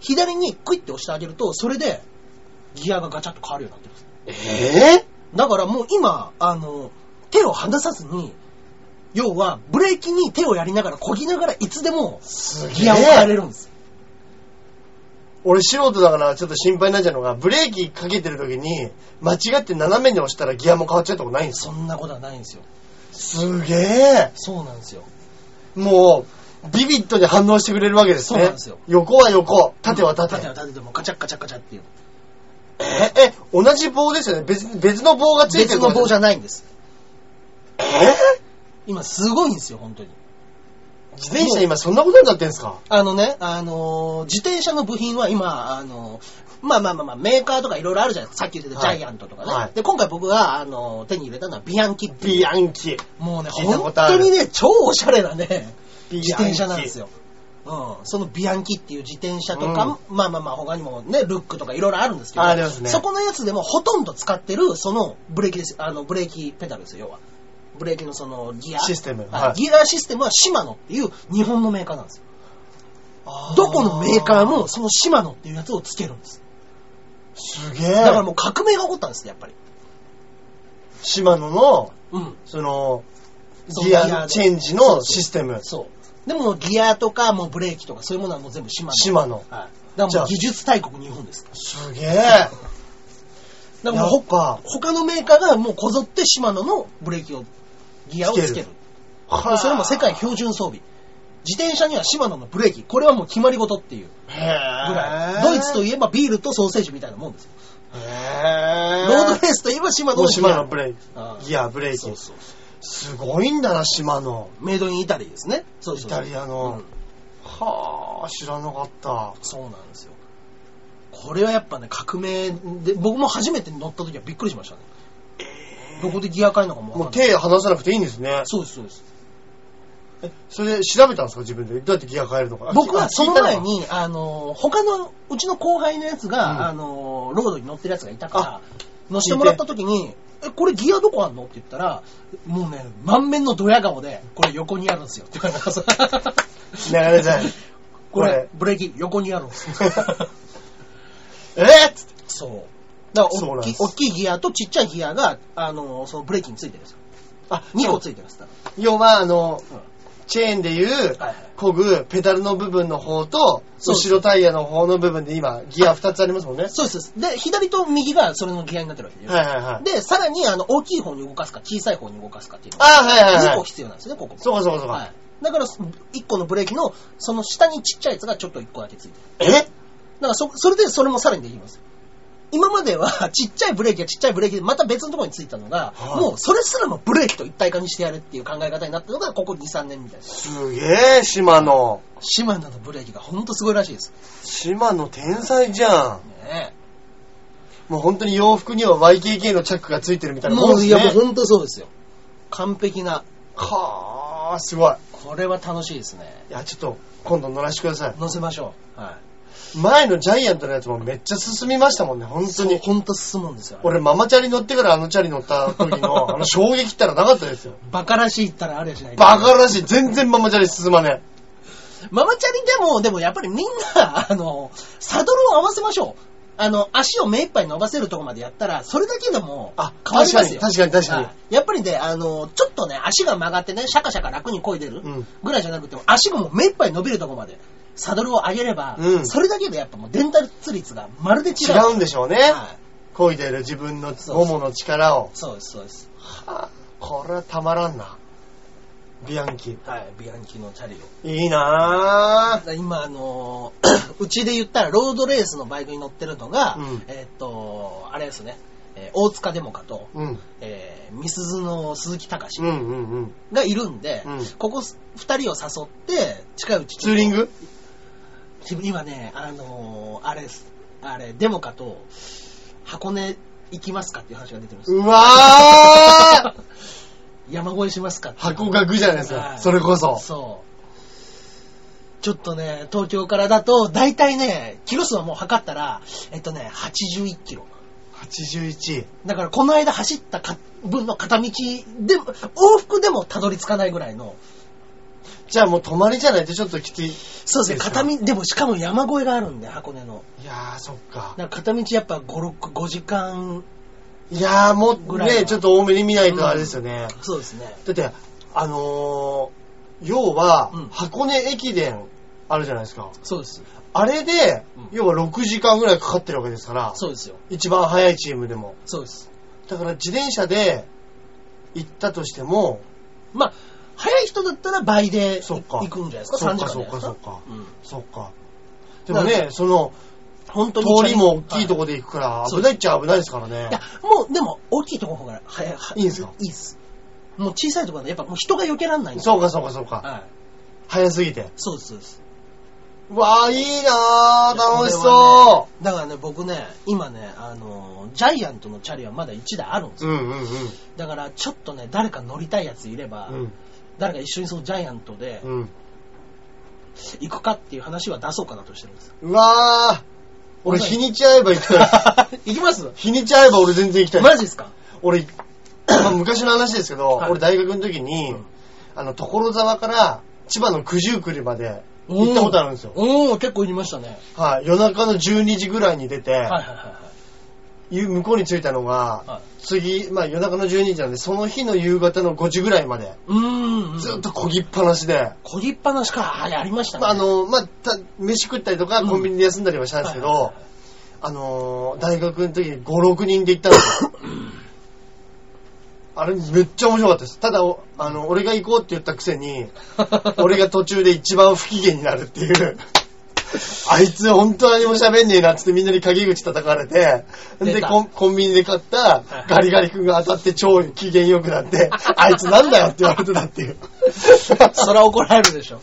Speaker 2: 左にクイッて押してあげると、それでギアがガチャッと変わるようになってます。
Speaker 1: ええ
Speaker 2: だからもう今、あの、手を離さずに、要はブレーキに手をやりながら、こぎながらいつでも
Speaker 1: すげ
Speaker 2: ギアを変えれ
Speaker 1: え。
Speaker 2: るんですよ。
Speaker 1: 俺素人だからちょっと心配になっちゃうのが、ブレーキかけてる時に、間違って斜めに押したらギアも変わっちゃうとこないんですよ。
Speaker 2: そんなことはないんですよ。
Speaker 1: すげえ。
Speaker 2: そうなんですよ。
Speaker 1: もう、ビビットに反応してくれるわけですね。
Speaker 2: そうなんですよ
Speaker 1: 横は横、縦は縦。
Speaker 2: 縦は縦でもガチャッガチャッガチャッっていう。
Speaker 1: ええ、同じ棒ですよね。別、別の棒がついて
Speaker 2: 別
Speaker 1: ると
Speaker 2: の
Speaker 1: か
Speaker 2: 棒じゃないんです。
Speaker 1: え
Speaker 2: 今すごいんですよ、本当に。
Speaker 1: 自転車今そんなことになってんすか
Speaker 2: あのね、あのー自転車の部品は今、あのーまあまあまあまあ、メーカーとかいろいろあるじゃないですか。さっき言ってたジ
Speaker 1: はい
Speaker 2: ャイアントとかね。
Speaker 1: はい
Speaker 2: で、今回僕が、あのー手に入れたのはビアンキッ
Speaker 1: ビ
Speaker 2: ン
Speaker 1: アンキ。
Speaker 2: もうね、
Speaker 1: 聞いた
Speaker 2: 本
Speaker 1: ことある
Speaker 2: 当にね、超おしゃれなね、
Speaker 1: ビアンキ
Speaker 2: 自転車なんですよ。うん、そのビアンキっていう自転車とか、まあまあまあ他にもね、ルックとかいろいろあるんですけど、
Speaker 1: ありますね
Speaker 2: そこのやつでもほとんど使ってる、そのブレーキです。あの、ブレーキペダルですよ、要は。ブレーキのそのギア。
Speaker 1: システム
Speaker 2: はい
Speaker 1: はい
Speaker 2: ギアシステムはシマノっていう日本のメーカーなんですよ。どこのメーカーもそのシマノっていうやつをつけるんです。
Speaker 1: すげえ。
Speaker 2: だからもう革命が起こったんですね、やっぱり。
Speaker 1: シマノの、
Speaker 2: うん。
Speaker 1: その、
Speaker 2: そう
Speaker 1: ギ
Speaker 2: ギア
Speaker 1: ア
Speaker 2: の
Speaker 1: チェンジのシステム。
Speaker 2: そう。でもギアとかもうブレーキとかそういうものはもう全部シマノ。
Speaker 1: シマノ。
Speaker 2: はい。だか
Speaker 1: じ
Speaker 2: ら
Speaker 1: ゃあ
Speaker 2: もう技術大国日本です。
Speaker 1: すげえ。
Speaker 2: だからもうほ
Speaker 1: やっぱ
Speaker 2: 他のメーカーがもうこぞってシマノのブレーキを、ギアをつける。
Speaker 1: つける
Speaker 2: もうそれも世界標準装備。自転車にはシマノのブレーキ。これはもう決まり事っていう
Speaker 1: へ
Speaker 2: ぐら
Speaker 1: え。
Speaker 2: い。ドイツといえばビールとソーセージみたいなもんですよ。
Speaker 1: へ
Speaker 2: ロ
Speaker 1: え。
Speaker 2: ードレースといえばシマノ
Speaker 1: もう
Speaker 2: のギア
Speaker 1: シマノブレー
Speaker 2: ああ
Speaker 1: キ。ギア、ブレー
Speaker 2: そう
Speaker 1: キ。
Speaker 2: そうそ
Speaker 1: すごいんだな、シマノ。
Speaker 2: う。メイドインイタリーですね。そうそうそう
Speaker 1: イタリア
Speaker 2: う
Speaker 1: の
Speaker 2: ん。
Speaker 1: はあ、知らなかった。
Speaker 2: そうなんですよ。これはやっぱね、革命で、僕も初めて乗った時はびっくりしましたね。どこでギア変えるのかもわ
Speaker 1: も
Speaker 2: か
Speaker 1: うん
Speaker 2: ない。
Speaker 1: 手離さなくていいんですね。
Speaker 2: そうです、そうです。
Speaker 1: えそれで調べたんですか自分で。どうやってギア変えるのか。
Speaker 2: 僕はその前
Speaker 1: に
Speaker 2: に、あの、他の、うちの後輩のやつが、
Speaker 1: うん
Speaker 2: あの、ロードに乗ってるやつがいたから
Speaker 1: あ、
Speaker 2: 乗せてもらった時に、え、これギアどこあんのって言ったら、もうね、満面のドヤ顔で、これ横にあるん
Speaker 1: *laughs*
Speaker 2: ですよ。って言われたからさ
Speaker 1: 流れ
Speaker 2: *laughs*
Speaker 1: たい。
Speaker 2: こ
Speaker 1: こ
Speaker 2: れ
Speaker 1: れ、
Speaker 2: ブレーキ横にあるんで
Speaker 1: *laughs*
Speaker 2: すよ。
Speaker 1: えっつって
Speaker 2: そう。だか
Speaker 1: そう
Speaker 2: ら
Speaker 1: なん
Speaker 2: 大きい
Speaker 1: で、す
Speaker 2: 大きいギアとちっちゃいギアが、あの、そのブレーキについてるんですよ。
Speaker 1: あ、
Speaker 2: 2個
Speaker 1: そう
Speaker 2: ついてます。だか
Speaker 1: 要は、あの
Speaker 2: うん、
Speaker 1: チェーンでいう
Speaker 2: らはい
Speaker 1: こぐペダルの部分の方と、
Speaker 2: そうです
Speaker 1: 後ろタイヤの方の部分で今、ギア2つありますもんね。
Speaker 2: そうですそうです。で、左と右がそれのギアになってるわけですよ。
Speaker 1: はいはいはい。
Speaker 2: で、さらに、あの、大きい方に動かすか、小さい方に動かすかっていうの
Speaker 1: あ
Speaker 2: が、
Speaker 1: はいはい
Speaker 2: 2
Speaker 1: は
Speaker 2: 個
Speaker 1: い。
Speaker 2: 必要なんですね、ここも。
Speaker 1: そうかそうかそう
Speaker 2: は
Speaker 1: か。
Speaker 2: い。だから、1個のブレーキの、その下にちっちゃいやつがちょっと1個だけついて
Speaker 1: え
Speaker 2: る。だから、そ、それでそれもさらにできます。今までは、 *laughs* ちっちゃいブレーキはちっちゃいブレーキで、また別のところについたのが、
Speaker 1: はい
Speaker 2: もう、それすらもブレーキと一体化にしてやるっていう考え方になったのが、ここ2、3年みたいな。
Speaker 1: すげえ、島の。
Speaker 2: シマノのブレーキがほんとすごいらしいです。
Speaker 1: 島の天才じゃん。
Speaker 2: ね
Speaker 1: もう本当に洋服には YKK のチャックがついてるみたいなも
Speaker 2: も
Speaker 1: ん
Speaker 2: う、
Speaker 1: で
Speaker 2: い
Speaker 1: す
Speaker 2: や、もう
Speaker 1: ね。
Speaker 2: ほんとそうですよ。完璧な。
Speaker 1: はあ、すごい。
Speaker 2: これは楽しいですね。
Speaker 1: いや、ちょっと、今度乗らせてください。
Speaker 2: 乗せましょう。はい。
Speaker 1: 前のジャイアントのやつもめっちゃ進みましたもんね、本当に。
Speaker 2: ほんと進むんですよ。
Speaker 1: 俺、ママチャリ乗ってからあのチャリ乗った時の、あの衝撃ったらなかったですよ。
Speaker 2: バカらしいったらあれやしない。
Speaker 1: バカらしい。全然ママチャリ進まね
Speaker 2: ママチャリでも、でもやっぱりみんな、あ *laughs* の、サドルを合わせましょう。あの、足を目いっぱい伸ばせるとこまでやったら、それだけでも、
Speaker 1: あ
Speaker 2: 変わりますよ。
Speaker 1: 確かに確かに確か
Speaker 2: に。やっぱりね、あの、ちょっとね、足が曲がってね、シャカシャカ楽に漕いでる
Speaker 1: うん
Speaker 2: ぐらいじゃなくても、足がもう目いっぱい伸びるとこまで、サドルを上げれば、
Speaker 1: うん
Speaker 2: それだけでやっぱもうデンタル率がまるで違
Speaker 1: え。違
Speaker 2: う。
Speaker 1: うんでしょうね。
Speaker 2: はい
Speaker 1: 漕いでる自分の
Speaker 2: そう
Speaker 1: ゴムの力を。
Speaker 2: そうです、そうです。
Speaker 1: はあこれはたまらんな。ビアンキ。
Speaker 2: はい、ビアンキのチャリを。
Speaker 1: いいなぁ。
Speaker 2: 今、あの *clears throat* ーうちで言ったら、ロードレースのバイクに乗ってるのが、
Speaker 1: うん
Speaker 2: えーっと、あれですね、えー大塚デモカと、
Speaker 1: うん。
Speaker 2: えー、みすずの鈴木隆
Speaker 1: うんうんうん。
Speaker 2: がいるんで、
Speaker 1: うん
Speaker 2: ここ二人を誘って、近いうち
Speaker 1: ツーリング
Speaker 2: 今ね、あのーあれです、あれ、デモカと、箱根行きますかっていう話が出てます。
Speaker 1: うわぁ
Speaker 2: *laughs* 山越えしますかっていう
Speaker 1: 箱が具じゃないです
Speaker 2: は
Speaker 1: か。
Speaker 2: い
Speaker 1: それこそ。
Speaker 2: そう。ちょっとね、東京からだと、大体ね、キロ数はもう測ったら、えっとね、81キロ。
Speaker 1: 81。
Speaker 2: だからこの間走ったか分の片道でも、往復でもたどり着かないぐらいの、
Speaker 1: じゃあもう泊まりじゃないとちょっときつい。い
Speaker 2: そうですね、
Speaker 1: ですか
Speaker 2: 片道、でもしかも山越えがあるんで、箱根の。
Speaker 1: やー、そっか。
Speaker 2: なんか片道やっぱ5、6、5時間、
Speaker 1: いやー、も
Speaker 2: ぐ
Speaker 1: う
Speaker 2: らいは
Speaker 1: ね、ちょっと多めに見ないとあれですよね。
Speaker 2: そうですね。
Speaker 1: だって、あのー、要は
Speaker 2: うん、
Speaker 1: 箱根駅伝あるじゃないですか。
Speaker 2: そうです。
Speaker 1: あれで
Speaker 2: うん、
Speaker 1: 要は6時間ぐらいかかってるわけですから、
Speaker 2: そうですよ。
Speaker 1: 一番早いチームでも。
Speaker 2: そうです。
Speaker 1: だから自転車で行ったとしても、
Speaker 2: まあ、早い人だったら倍で
Speaker 1: そ
Speaker 2: 行
Speaker 1: っか
Speaker 2: くんじゃないですか、
Speaker 1: そ
Speaker 2: 3
Speaker 1: っ
Speaker 2: 時
Speaker 1: かそ
Speaker 2: 間じゃ
Speaker 1: っ
Speaker 2: ないで
Speaker 1: か
Speaker 2: す
Speaker 1: そ
Speaker 2: か
Speaker 1: っ。か。
Speaker 2: うん
Speaker 1: そっか。でも
Speaker 2: だか
Speaker 1: ね、その、
Speaker 2: 本当に
Speaker 1: 通りも大きいとこ
Speaker 2: で。
Speaker 1: で行くから、
Speaker 2: はい
Speaker 1: 危ないっちゃ危ないですからね
Speaker 2: い。や、もう、でも、大きいとこの方が早い。
Speaker 1: いいんですか
Speaker 2: いいです。もう小さいとこだと、やっぱもう人が避けらんないんで
Speaker 1: そうかそうかそうか。
Speaker 2: はい。
Speaker 1: 早すぎて。
Speaker 2: そうです、そうです。
Speaker 1: わあ、いいなあ楽し
Speaker 2: いやこ
Speaker 1: そ
Speaker 2: れはねだからね、僕ね、今ね、あの、ジャイアントのチャリはまだ1台あるんです
Speaker 1: う。
Speaker 2: よ。
Speaker 1: うんうん
Speaker 2: だから、ちょっとね、誰か乗りたいやついれば、
Speaker 1: うん。
Speaker 2: 誰か一緒にそのジャイアントで
Speaker 1: うん。うん。
Speaker 2: 行くかっていう話は出そうかなとしてるんです。
Speaker 1: うわあ、俺日にち合えば行きた
Speaker 2: *laughs*
Speaker 1: い。
Speaker 2: 行
Speaker 1: *laughs*
Speaker 2: きます
Speaker 1: 日にち合えば俺全然行きたい。
Speaker 2: マジですか
Speaker 1: 俺、 *coughs* まあ昔の話ですけど、
Speaker 2: はい
Speaker 1: 俺大学の時に、
Speaker 2: うん
Speaker 1: あの、所沢から千葉の九十九里まで行ったことあるんですよ。
Speaker 2: おー、結構行きましたね。
Speaker 1: はい、夜中の12時ぐらいに出て、
Speaker 2: はいはいはいはい。
Speaker 1: ゆ向こうに着いたのが、
Speaker 2: はい
Speaker 1: 次、まあ夜中の12時なんで、その日の夕方の5時ぐらいまで、
Speaker 2: うーん。
Speaker 1: ずっと漕ぎっぱなしで、
Speaker 2: こぎっぱなしか、あやりましたね。
Speaker 1: まああの、まあ、た飯食ったりとか、
Speaker 2: うん
Speaker 1: コンビニで休んだりはしたんですけ
Speaker 2: はいはい
Speaker 1: ど
Speaker 2: はい、
Speaker 1: あのー、大学の時に5、6人で行ったんですよ。あれめっちゃ面白かったです。ただ、おあの、俺が行こうって言ったくせに、俺が途中で一番不機嫌になるっていう。あいつ本当何も喋んねえなっつってみんなに陰口叩かれて、
Speaker 2: 出
Speaker 1: で
Speaker 2: た
Speaker 1: コンコンビニで買った
Speaker 2: い
Speaker 1: ガリガリ君が当たって超機嫌良くなって、あいつなんだよって言われてたっていう。
Speaker 2: そら怒られるでしょ。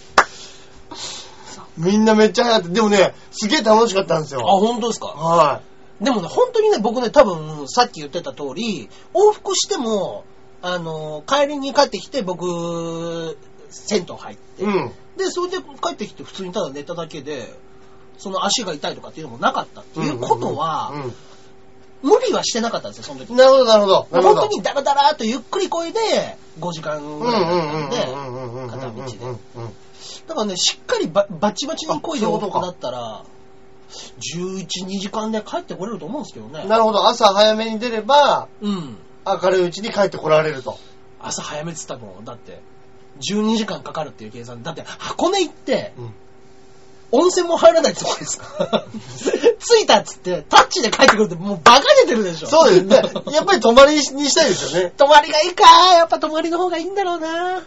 Speaker 1: みんなめっちゃ流行って、でもね、すげえ楽しかったんです
Speaker 2: あ、
Speaker 1: よ。
Speaker 2: 本当ですか
Speaker 1: は
Speaker 2: でもね、本当にね、僕ね、多分、さっき言ってた通り、往復しても、あの、帰りに帰ってきて、僕、銭湯入っ
Speaker 1: い。
Speaker 2: て、
Speaker 1: うん。
Speaker 2: で、それで帰ってきて、普通にただ寝ただけで、その足が痛いとかっていうのもなかったっていうことは、
Speaker 1: うんうん
Speaker 2: 無理はしてなかったんですよ、その時
Speaker 1: うん。。なるほど、なるほど。なるほど。
Speaker 2: 本当にダラダラーとゆっくり声で、5時間
Speaker 1: う
Speaker 2: ぐ
Speaker 1: んう
Speaker 2: らいだ
Speaker 1: んうん
Speaker 2: ったんで、
Speaker 1: うんうんうんうんうんうんうん。
Speaker 2: 片道で
Speaker 1: うん
Speaker 2: だからね、しっかりババチバチに声で
Speaker 1: あそういうこと
Speaker 2: 音
Speaker 1: か
Speaker 2: だったら、11、2時間で帰ってこれると思うんですけどね。
Speaker 1: なるほど、朝早めに出れば、
Speaker 2: うん。
Speaker 1: 明るいうちに帰ってこられると。
Speaker 2: 朝早めっつったもん。だって、12時間かかるっていう計算。だって、箱根行って、
Speaker 1: うん
Speaker 2: 温泉も入らないってことですか *laughs* 着いたっつって、タッチで帰ってくるってもうバカ出てるでしょ。
Speaker 1: そうです
Speaker 2: *laughs*
Speaker 1: ね。やっぱり泊まりにしたいですよね。
Speaker 2: 泊まりがいいかやっぱ泊まりの方がいいんだろうな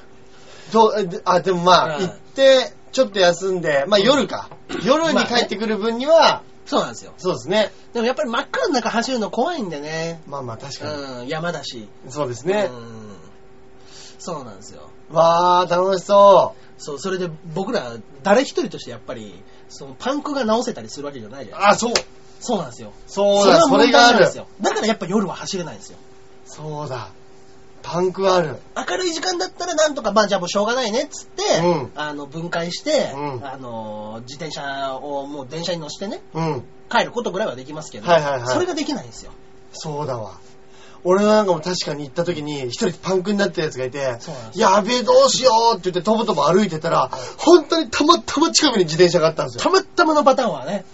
Speaker 1: そう、であ、でもまあ、
Speaker 2: うん
Speaker 1: 行って、ちょっと休んで、まあ夜か。夜に帰ってくる分には、
Speaker 2: そうなんですよ。
Speaker 1: そうですね。
Speaker 2: でもやっぱり真っ暗の中走るの怖いんでね。
Speaker 1: まあまあ確か
Speaker 2: うん、山だし。
Speaker 1: に。そうですね
Speaker 2: う。ん。そうなんですよ。
Speaker 1: わー、楽しそ
Speaker 2: そう、それで僕ら、誰一人としてやっぱり、そのパンクが直せたりするわけじゃないじ
Speaker 1: う。
Speaker 2: ゃん。
Speaker 1: あ、そう。
Speaker 2: そうなんですよ。
Speaker 1: そうだ、それ
Speaker 2: 問題
Speaker 1: があ
Speaker 2: なんで
Speaker 1: る
Speaker 2: す。よ。だからやっぱ夜は走れないんですよ。
Speaker 1: そうだ。パンクある。
Speaker 2: 明るい時間だったらなんとか、まあじゃあもうしょうがないねっつって、
Speaker 1: うん
Speaker 2: あの、分解して、
Speaker 1: うん
Speaker 2: あの、自転車をもう電車に乗せてね、
Speaker 1: うん。
Speaker 2: 帰ることぐらいはできますけど、
Speaker 1: はいはいはい
Speaker 2: それができないんですよ。
Speaker 1: そうだわ。俺なんかも確かに行った時に、一人パンクになってるやつがいて
Speaker 2: そうなんで、す
Speaker 1: やべえどうしようって言ってとぼとぼ歩いてたら、本当にたまたま近くに自転車があったんです
Speaker 2: た
Speaker 1: よ。
Speaker 2: またまのパターンはね、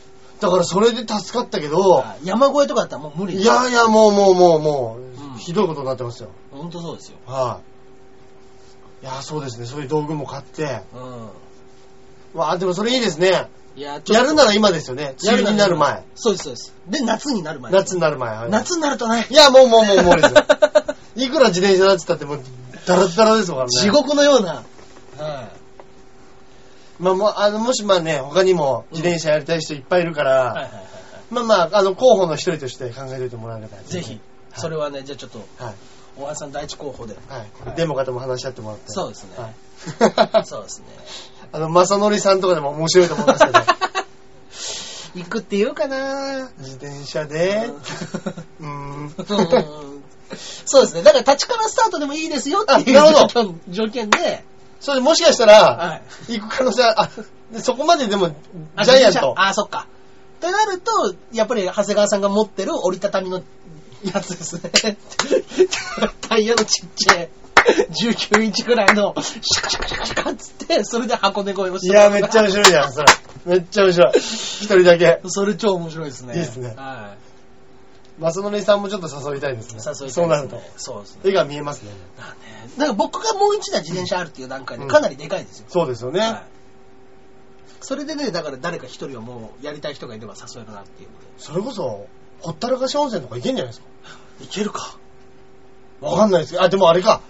Speaker 1: だからそれで助かったけど、
Speaker 2: 山越えとかだったらもう無理
Speaker 1: いやいや、もうもうもうも
Speaker 2: うん
Speaker 1: う、ひどいことになってますよ。
Speaker 2: ほんとそうですよ。
Speaker 1: はい。いや、そうですね。そういう道具も買って。
Speaker 2: うん。
Speaker 1: わあ、でもそれいいですね。
Speaker 2: いや、ちょっ
Speaker 1: や
Speaker 2: と
Speaker 1: るなら今ですよね。梅雨になる前。。
Speaker 2: そうです、そうです。で、夏になる前。
Speaker 1: 夏になる前。はい
Speaker 2: 夏になるとね
Speaker 1: い、や、もうもうもうもう *laughs* ですよ。
Speaker 2: *laughs*
Speaker 1: いくら自転車だって言ったってもう、ダラッダラですもんからね。
Speaker 2: 地獄のような。は
Speaker 1: まあ、もうあのもしまあね、他にも自転車やりたい人いっぱいいるから、
Speaker 2: いはいはいは
Speaker 1: まあまあ、あの、候補の一人として考えておいてもらえれば、
Speaker 2: い。ぜひ、それはね、じゃあちょっと、
Speaker 1: はい。
Speaker 2: 大橋さん第一候
Speaker 1: *laughs*
Speaker 2: 補で。
Speaker 1: はい。
Speaker 2: はい
Speaker 1: デモ方も話し合ってもらって。
Speaker 2: そうですね
Speaker 1: はい、 *laughs*
Speaker 2: そうですね。
Speaker 1: あの、正則さんとかでも面白いと思い
Speaker 2: *laughs*
Speaker 1: ますけど、
Speaker 2: 行くって言うかな
Speaker 1: 自転車で、うーん。
Speaker 2: うん *laughs* そうですね。だから立ちからスタートでもいいですよっていう
Speaker 1: あなるほど
Speaker 2: 条件条件で、
Speaker 1: それでもしかした
Speaker 2: は
Speaker 1: ら、
Speaker 2: い
Speaker 1: 行く可能性は、あ、でそこまででも、ジ
Speaker 2: あ
Speaker 1: ャイアント。
Speaker 2: あ、そっか。ってなると、やっぱり長谷川さんが持 *laughs* ってる折りたたみのやつですね。タイヤのちっちゃい。 19インチくらいの、シャカシャカシャカシャカっつって、それで箱根越えをし
Speaker 1: い
Speaker 2: て
Speaker 1: や、めっちゃ面
Speaker 2: い。
Speaker 1: 白いじゃん、それ。めっちゃ面白い。一人だけ。
Speaker 2: *laughs* それ超面白いですね。
Speaker 1: いいですね
Speaker 2: は
Speaker 1: マスノリさんもちょっと誘いたいです
Speaker 2: い。
Speaker 1: ね。
Speaker 2: 誘い
Speaker 1: そうなると。。
Speaker 2: そうですね。
Speaker 1: 絵が見えますね。
Speaker 2: だから僕がもう一台自転車あるっていう段階で
Speaker 1: うん
Speaker 2: かなりでかいですよ。
Speaker 1: そうですよね。
Speaker 2: はいそれでね、だから誰か一人はもうやりたい人がいれば誘えるなっていうの
Speaker 1: それこそ、ほったらかし温泉とか行けんじゃないですか。
Speaker 2: で。いけるか。
Speaker 1: わかんないですけど、あ、でもあれか。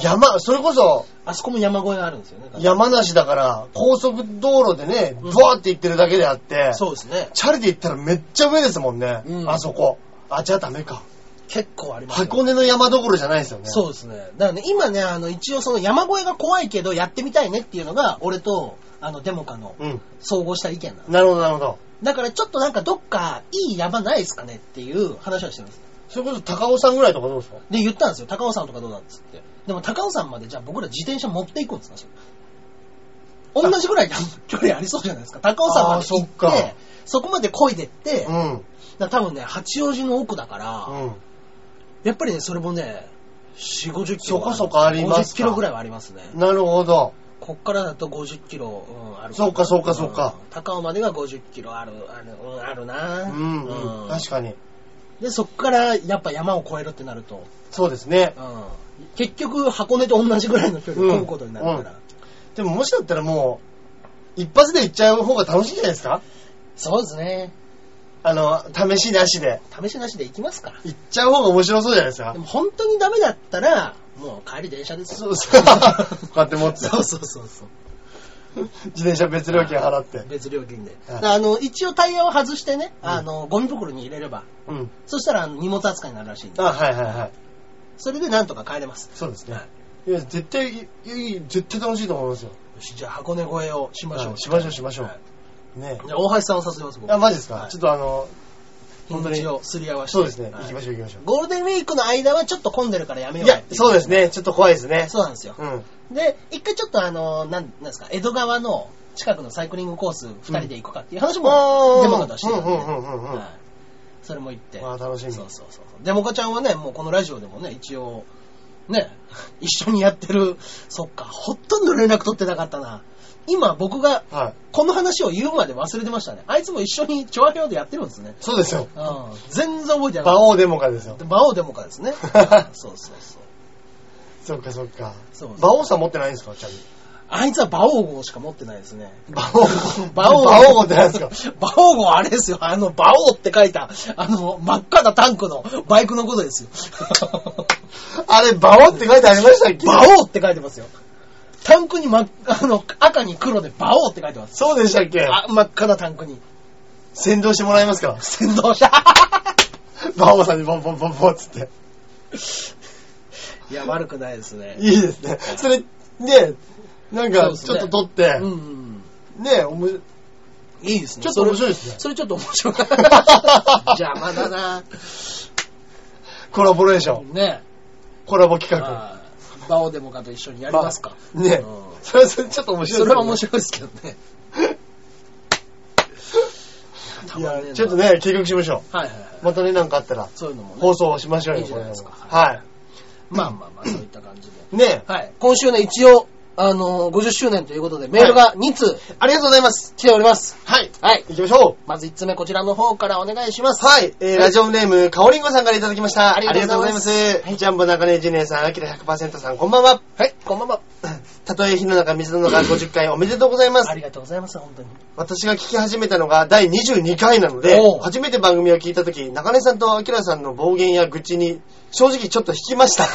Speaker 1: 山、それこそ
Speaker 2: あそこも山越えがあるんですよね。
Speaker 1: 山梨だから、高速道路でね、ブ
Speaker 2: うん
Speaker 1: ワーって行ってるだけであって、
Speaker 2: そうですね。
Speaker 1: チャリで行ったらめっちゃ上ですもんね。
Speaker 2: うん
Speaker 1: あそこ。あ、じゃあダメか。
Speaker 2: 結構ありますよ。
Speaker 1: 箱根の山どころじゃないですよね。
Speaker 2: そうですね。だからね、今ね、あの、一応その山越えが怖いけどやってみたいねっていうのが、俺と、あの、デモカの
Speaker 1: うん。
Speaker 2: 総合した意見なの。
Speaker 1: なるほど、なるほど。
Speaker 2: だからちょっとなんかどっかいい山ないですかねっていう話をしてるんです。
Speaker 1: それこそ高尾山ぐらいとかどうですか
Speaker 2: で、言ったんですよ。高尾山とかどうなんですって。でも高尾山までじゃあ僕ら自転車持っていこうって言ったんですよ。同じぐらいの *laughs* 距離ありそうじゃないですか。高尾山まで行っ
Speaker 1: あーそってか、
Speaker 2: そこまで漕いでっ
Speaker 1: う
Speaker 2: て、だか
Speaker 1: ん。
Speaker 2: ら多分ね、八王子の奥だから、
Speaker 1: うん。
Speaker 2: やっぱりね、それもね、4、50キ
Speaker 1: そ
Speaker 2: ロは。
Speaker 1: こそこありますか
Speaker 2: 50キロぐらいはありますね。
Speaker 1: なるほど。
Speaker 2: こっからだと50キロ、うん、ある
Speaker 1: そうかそうかそうか
Speaker 2: ん高尾までが50キロある、ある、うん、あるな
Speaker 1: うん、うん。確かに。
Speaker 2: に。で、そっからやっぱ山を越えるってなると、
Speaker 1: そうですね。
Speaker 2: うん、結局箱根と同じぐらいの距離を
Speaker 1: う
Speaker 2: 飛
Speaker 1: ん
Speaker 2: ぶことになるから。
Speaker 1: うでももしだったらもう、一発で行っちゃう方が楽しいんじゃないですか
Speaker 2: そうですね。
Speaker 1: あの、試しなしで。
Speaker 2: 試しなしで行きますか。
Speaker 1: 行っちゃう方が面白そうじゃないですか *laughs*
Speaker 2: でも本当にダメだったら、もう帰り電車です。
Speaker 1: そうそう。 *laughs* こうやって持って、
Speaker 2: *laughs* そうそうそうそう。
Speaker 1: 自転車別料金払って。
Speaker 2: 別料金で。だからあの、一応タイヤを外してね、
Speaker 1: うん
Speaker 2: あの、ゴミ袋に入れれば、
Speaker 1: うん。
Speaker 2: そしたらあの荷物扱いになるらしいんで
Speaker 1: あ、、はいはいはい。
Speaker 2: それでなんとか帰れます。
Speaker 1: そうですね
Speaker 2: はい。
Speaker 1: いや、絶対、いい絶対楽しいと思いますよ。
Speaker 2: よし、じゃあ箱根越えをしましょ。
Speaker 1: はいうしましょうしましょう
Speaker 2: はい
Speaker 1: ね
Speaker 2: じゃあ大橋さんを誘います、僕
Speaker 1: あ、マジですか
Speaker 2: はい
Speaker 1: ちょっとあの、
Speaker 2: 本当に。日にちをすり合わせて。
Speaker 1: そうですね。
Speaker 2: は
Speaker 1: 行
Speaker 2: い
Speaker 1: きましょう行きましょ
Speaker 2: ゴールデンウィークの間はちょっと混んでるからやめ
Speaker 1: う。
Speaker 2: よ
Speaker 1: いう
Speaker 2: ね
Speaker 1: や、そうですね。ちょっと怖いですね。
Speaker 2: そうなんですよ。
Speaker 1: うん。
Speaker 2: で、一回ちょっとあの、なん、なんですか、江戸川の近くのサイクリングコース二人で行くかっていう話も、デモカとはしてるんで
Speaker 1: うんうんうんうんうん
Speaker 2: はいそれも行って。
Speaker 1: まあ楽しみ
Speaker 2: そうそうそう。デモカちゃんはね、もうこのラジオでもね、一応、ね、 *laughs* 一緒にやってる、そっか、ほとんど連絡取ってなかったな。今僕が
Speaker 1: はい。
Speaker 2: この話を言うまで忘れてましたね。あいつも一緒に調和表でやってるんですね。
Speaker 1: そうですよ。
Speaker 2: うん。全然覚えてな
Speaker 1: 馬
Speaker 2: かっ
Speaker 1: 王デモカですよ
Speaker 2: た。。馬王デモカで
Speaker 1: *laughs*
Speaker 2: すね。そうそうそう。
Speaker 1: そっかそっか。
Speaker 2: そうそう
Speaker 1: 馬王さん持ってないんですかちゃんと。
Speaker 2: あいつは馬王号しか持ってないですね。
Speaker 1: 馬王
Speaker 2: 馬王
Speaker 1: 馬王ってなんです
Speaker 2: か馬王号あれですよ。あの、馬王って書いた、あの、真っ赤なタンクのバイクのことですよ。
Speaker 1: あれ、馬王って書いてありましたっけ
Speaker 2: 馬王って書いてますよ。タンクに真っあの、赤に黒で馬王って書いてます。
Speaker 1: そうでしたっけ
Speaker 2: あ真っ赤なタンクに。
Speaker 1: 先導してもらえますか
Speaker 2: 先導車。
Speaker 1: 馬王さんにボンボンボンボンっつって。
Speaker 2: いや、悪くないですね。
Speaker 1: いいですね。それ、ね、なんか、ちょっと
Speaker 2: そうですね
Speaker 1: 撮って
Speaker 2: うん、うん。
Speaker 1: ね、
Speaker 2: *laughs*
Speaker 1: おもし
Speaker 2: いいですね。
Speaker 1: ちょっと面白いですね
Speaker 2: それそれちょっと面
Speaker 1: *laughs*
Speaker 2: 白い。邪魔だな。
Speaker 1: コラボレーション、
Speaker 2: ね
Speaker 1: コラボ
Speaker 2: え。
Speaker 1: 企画。
Speaker 2: まあバオデモカと一緒にやりますか。
Speaker 1: まあね
Speaker 2: うん
Speaker 1: それ、それちょっと面白いですね
Speaker 2: それは面白いですけどね。
Speaker 1: い
Speaker 2: たまんねえ
Speaker 1: や、
Speaker 2: な
Speaker 1: ちょっと。ね、計画しましょ。。
Speaker 2: はいはいはいう
Speaker 1: またね、なんかあったら、
Speaker 2: そういうのもね。
Speaker 1: 放送しましょうよ、
Speaker 2: いいじゃないですか
Speaker 1: これは
Speaker 2: まあまあまあ、そういった感じで。
Speaker 1: い。ね、
Speaker 2: はい。今週ね、一応、あのー、50周年ということで、メールが2通、
Speaker 1: ありがとうございます。
Speaker 2: 来ております。
Speaker 1: はい。
Speaker 2: はい。
Speaker 1: 行きましょう。
Speaker 2: まず1つ目、こちらの方からお願いします。
Speaker 1: はい、えー、ラジオネーム、かおりんごさんからいただきました。
Speaker 2: ありがとうございます
Speaker 1: ありがとうございますジャンボ中根ジュニアさん、あきら100%さん、こんばんは。
Speaker 2: はい、こんばんは。
Speaker 1: たとえ火の中、水の中、50回お
Speaker 2: *laughs*
Speaker 1: めでとうございます
Speaker 2: あ。りがとうございます、本当に。
Speaker 1: 私が聞き始めたのが第22回なので
Speaker 2: おう、
Speaker 1: 初めて番組を聞いたとき、中根さんと明さんの暴言や愚痴に、正直ちょっと引きま
Speaker 2: *laughs*
Speaker 1: した。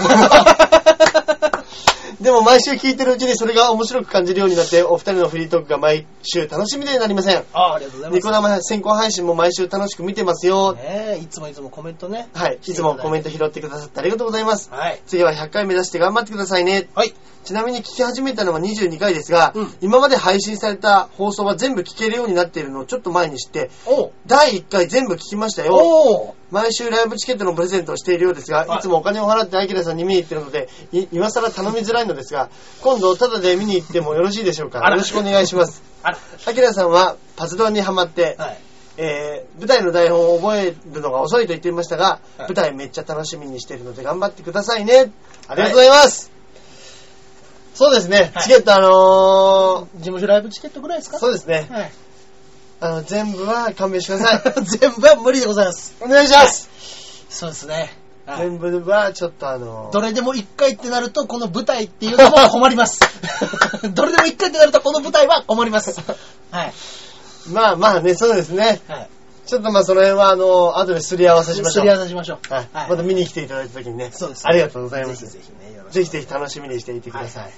Speaker 1: でも毎週聞いてるうちにそれが面白く感じるようになって、お二人のフリートークが毎週楽しみでなりません。
Speaker 2: あありがとうございます。
Speaker 1: ニコ生先行配信も毎週楽しく見てますよ。
Speaker 2: ねえ、いつもいつもコメントね。
Speaker 1: はい。いつもコメント拾ってくださってありがとうございます。
Speaker 2: はい。
Speaker 1: 次は100回目指して頑張ってくださいね。
Speaker 2: はい。
Speaker 1: ちなみに聞き始めたのは22回ですが、
Speaker 2: うん
Speaker 1: 今まで配信された放送は全部聞けるようになっているのをちょっと前に知って、
Speaker 2: おう
Speaker 1: 第1回全部聞きましたよ。
Speaker 2: おう
Speaker 1: 毎週ライブチケットのプレゼントをしているようですが、
Speaker 2: はい
Speaker 1: い、つもお金を払ってアキラさんに見に行ってるので、い今更頼みづらいのですが、今度タダで見に行ってもよろしいでしょうか。
Speaker 2: あら
Speaker 1: よろしくお願いし
Speaker 2: *laughs*
Speaker 1: ます。
Speaker 2: あら。
Speaker 1: アキラさんはパズドラにハマって、
Speaker 2: はい。
Speaker 1: えー舞台の台本を覚えるのが遅いと言っていましたが、
Speaker 2: はい
Speaker 1: 舞台めっちゃ楽しみにしているので頑張ってくださいね。ありがとうございます。そうですね、
Speaker 2: はい
Speaker 1: チケットあの
Speaker 2: 事務所ライブチケットぐらいです
Speaker 1: ー、
Speaker 2: か
Speaker 1: そうですね、
Speaker 2: はい。
Speaker 1: あの、全部は勘弁してくだ
Speaker 2: *laughs*
Speaker 1: さい。
Speaker 2: 全部は無理でございます。
Speaker 1: お願いします、
Speaker 2: そうですね。はい
Speaker 1: 全部はちょっとあのー、
Speaker 2: どれでも一回ってなると、この舞台っていうのも困り
Speaker 1: *laughs*
Speaker 2: ます。どれでも一回ってなると、この舞台は困ります。はい。
Speaker 1: まあまあね、そうですね。
Speaker 2: はい。
Speaker 1: ちょっとまあその辺はあの、後ですり合わせしましょ
Speaker 2: す
Speaker 1: う。
Speaker 2: り合わせしましょう。
Speaker 1: はい。また見に来ていただいた時にね。
Speaker 2: そうです
Speaker 1: ありがとうございます。
Speaker 2: ぜひぜひね、よろしく
Speaker 1: ぜひぜひ楽しみにしていてください。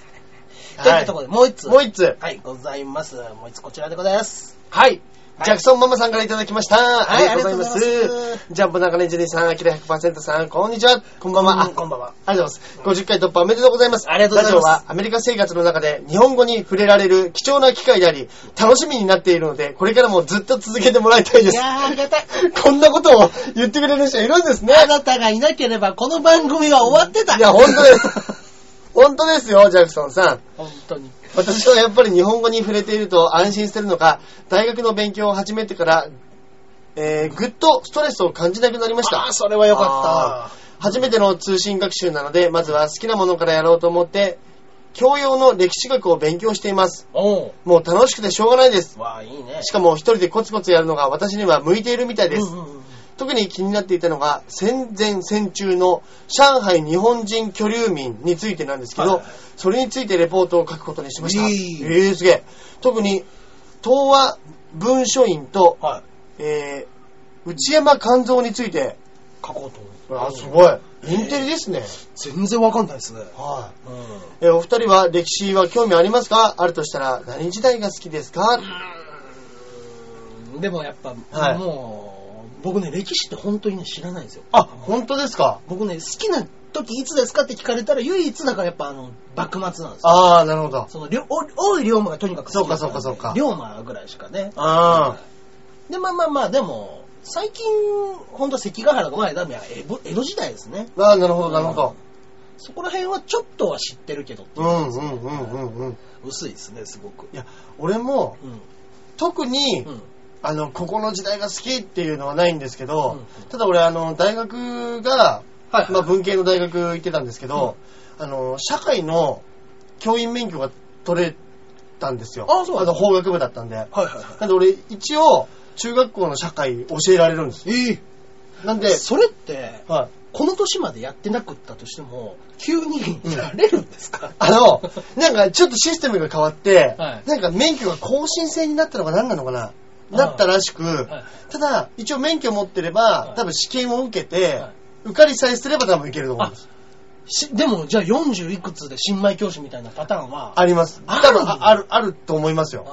Speaker 2: というところで、もう一つ。
Speaker 1: もう一つ。
Speaker 2: はい、ございます。もう一つこちらでございます。
Speaker 1: はい。
Speaker 2: はい
Speaker 1: ジャクソンママさんからいただきました。あ
Speaker 2: い
Speaker 1: りがとうございま。
Speaker 2: ありがとうございます
Speaker 1: ジャンプ中根ジュリーさん、アキラ100%さん、こんにちは。こんばんは。
Speaker 2: うんこんばんは。
Speaker 1: ありがとうございます。50回突破おめでとうございます。
Speaker 2: ありがとうございま
Speaker 1: ラ
Speaker 2: す
Speaker 1: ジオはアメリカ生活の中で日本語に触れられる貴重な機会であり、楽しみになっているので、これからもずっと続けてもらいたい
Speaker 2: い
Speaker 1: です。
Speaker 2: やー、ありがたい。
Speaker 1: こんなことを言ってくれる人いるんですね。
Speaker 2: あなたがいなければ、この番組は終わってた。
Speaker 1: いや、本当です。本当ですよ、ジャクソンさん。
Speaker 2: *laughs* 本当に。
Speaker 1: 私はやっぱり日本語に触れていると安心してるのか、大学の勉強を始めてから、えー、ぐっとストレスを感じなくなりました。
Speaker 2: あーそれはよか
Speaker 1: あー初めての通信学習なので、まずは好きなものからやろうと思って、教養の歴史学を勉強しています。
Speaker 2: った。お
Speaker 1: もう楽しくてしょうがないです。
Speaker 2: う。わあ、いいね。
Speaker 1: しかも一人でコツコツやるのが私には向いているみたいです。
Speaker 2: うんうんうん
Speaker 1: 特に気になっていたのが戦前戦中の上海日本人居留民についてなんですけど、
Speaker 2: はい
Speaker 1: それについてレポートを書くことにしました。
Speaker 2: いい
Speaker 1: えー、すげえ。特に東和文書院と、
Speaker 2: はい。
Speaker 1: えー、内山肝臓について、
Speaker 2: 書こうと思う。
Speaker 1: あ、すごい。インテリですね。
Speaker 2: 全然わかんないですね。
Speaker 1: は
Speaker 2: うん。う
Speaker 1: い。えーお二人は歴史は興味ありますかあるとしたら何時代が好きですか
Speaker 2: ーんでもやっぱ、
Speaker 1: はい
Speaker 2: もう、僕ね、歴史って本当にね、知らないんですよ。
Speaker 1: あ、本当ですか
Speaker 2: 僕ね、好きな時いつですかって聞かれたら、唯一だからやっぱあの、幕末なんですよ。
Speaker 1: ああ、なるほど。
Speaker 2: その、りょお大井龍馬がとにかく好きだったんで
Speaker 1: そうかそうかそうか
Speaker 2: 龍馬ぐらいしかね。
Speaker 1: あ
Speaker 2: で、まあまあまあ、でも、最近、ほんと関ヶ原の前だ、いや江戸江戸時代ですね。
Speaker 1: あ、あーなるほど、なるほど。
Speaker 2: そこら辺はちょっとは知ってるけど、
Speaker 1: うん、うん、うん、うん、うん。
Speaker 2: 薄いですね、すごく。
Speaker 1: いや、俺も、
Speaker 2: うん。
Speaker 1: 特に、
Speaker 2: うん。
Speaker 1: あの、ここの時代が好きっていうのはないんですけど、
Speaker 2: うんうん
Speaker 1: ただ俺、あの、大学が、
Speaker 2: はいはい
Speaker 1: まあ、文系の大学行ってたんですけど、あの、社会の教員免許が取れたんですよ。
Speaker 2: あそうなん
Speaker 1: あ
Speaker 2: だ
Speaker 1: の、法学部だったんで。
Speaker 2: はいはいは
Speaker 1: なんで俺、一応、中学校の社会教えられるんですよ。
Speaker 2: い。え
Speaker 1: なん
Speaker 2: え
Speaker 1: で、
Speaker 2: それって、
Speaker 1: はい。
Speaker 2: この年までやってなくったとしても、急に
Speaker 1: うん
Speaker 2: やれるんですか、
Speaker 1: あの、なんかちょっとシステムが変わって、
Speaker 2: はい
Speaker 1: なんか免許が更新制になったのが何なのかななったらしく、
Speaker 2: はい
Speaker 1: ただ、一応免許持ってれば、
Speaker 2: い
Speaker 1: 多分試験を受けて、
Speaker 2: はい
Speaker 1: 受かりさえすれば多分いけると思うんです。
Speaker 2: しでも、じゃあ40いくつで新米教師みたいなパターンは、
Speaker 1: あります。
Speaker 2: あ
Speaker 1: 多分あある、あると思いますよ。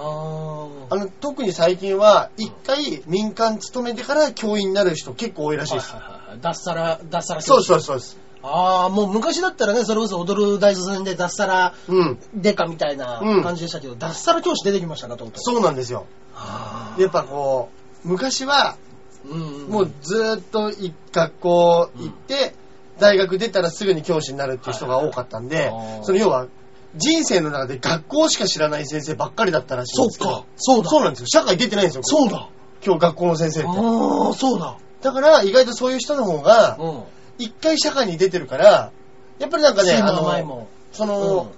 Speaker 2: あ
Speaker 1: あ
Speaker 2: ー
Speaker 1: の、特に最近は、一回民間勤めてから教員になる人結構多いらしい
Speaker 2: はい
Speaker 1: です。
Speaker 2: はいはい。脱サラ、脱サラ
Speaker 1: そうですそう
Speaker 2: う。
Speaker 1: ですそうです。
Speaker 2: ああ、もう昔だったらね、それこそ踊る大卒で脱サラ
Speaker 1: うん。
Speaker 2: デカみたいな
Speaker 1: うん
Speaker 2: 感じでしたけど、脱サラ教師出てきましたか、とうとう。
Speaker 1: そうなんですよ。
Speaker 2: あー
Speaker 1: やっぱこう、昔は、
Speaker 2: うん、
Speaker 1: もうずーっとい学校行って、大学出たらすぐに教師になるっていう人が多かったん
Speaker 2: はい
Speaker 1: で
Speaker 2: はいはいあー、
Speaker 1: その要は、人生の中で学校しか知らない先生ばっかりだったらしいんで
Speaker 2: そう
Speaker 1: すけど。
Speaker 2: か、そうだ、
Speaker 1: そうなんですよ。社会出てないんですよ。
Speaker 2: そうだ、
Speaker 1: 今日学校の先生って。
Speaker 2: ああ、そうだ、
Speaker 1: だから、意外とそういう人の方が、
Speaker 2: うん。
Speaker 1: 一回社会に出てるから、やっぱりなんかね、
Speaker 2: シー
Speaker 1: あ
Speaker 2: マの前
Speaker 1: の、
Speaker 2: も。
Speaker 1: そうの
Speaker 2: ん、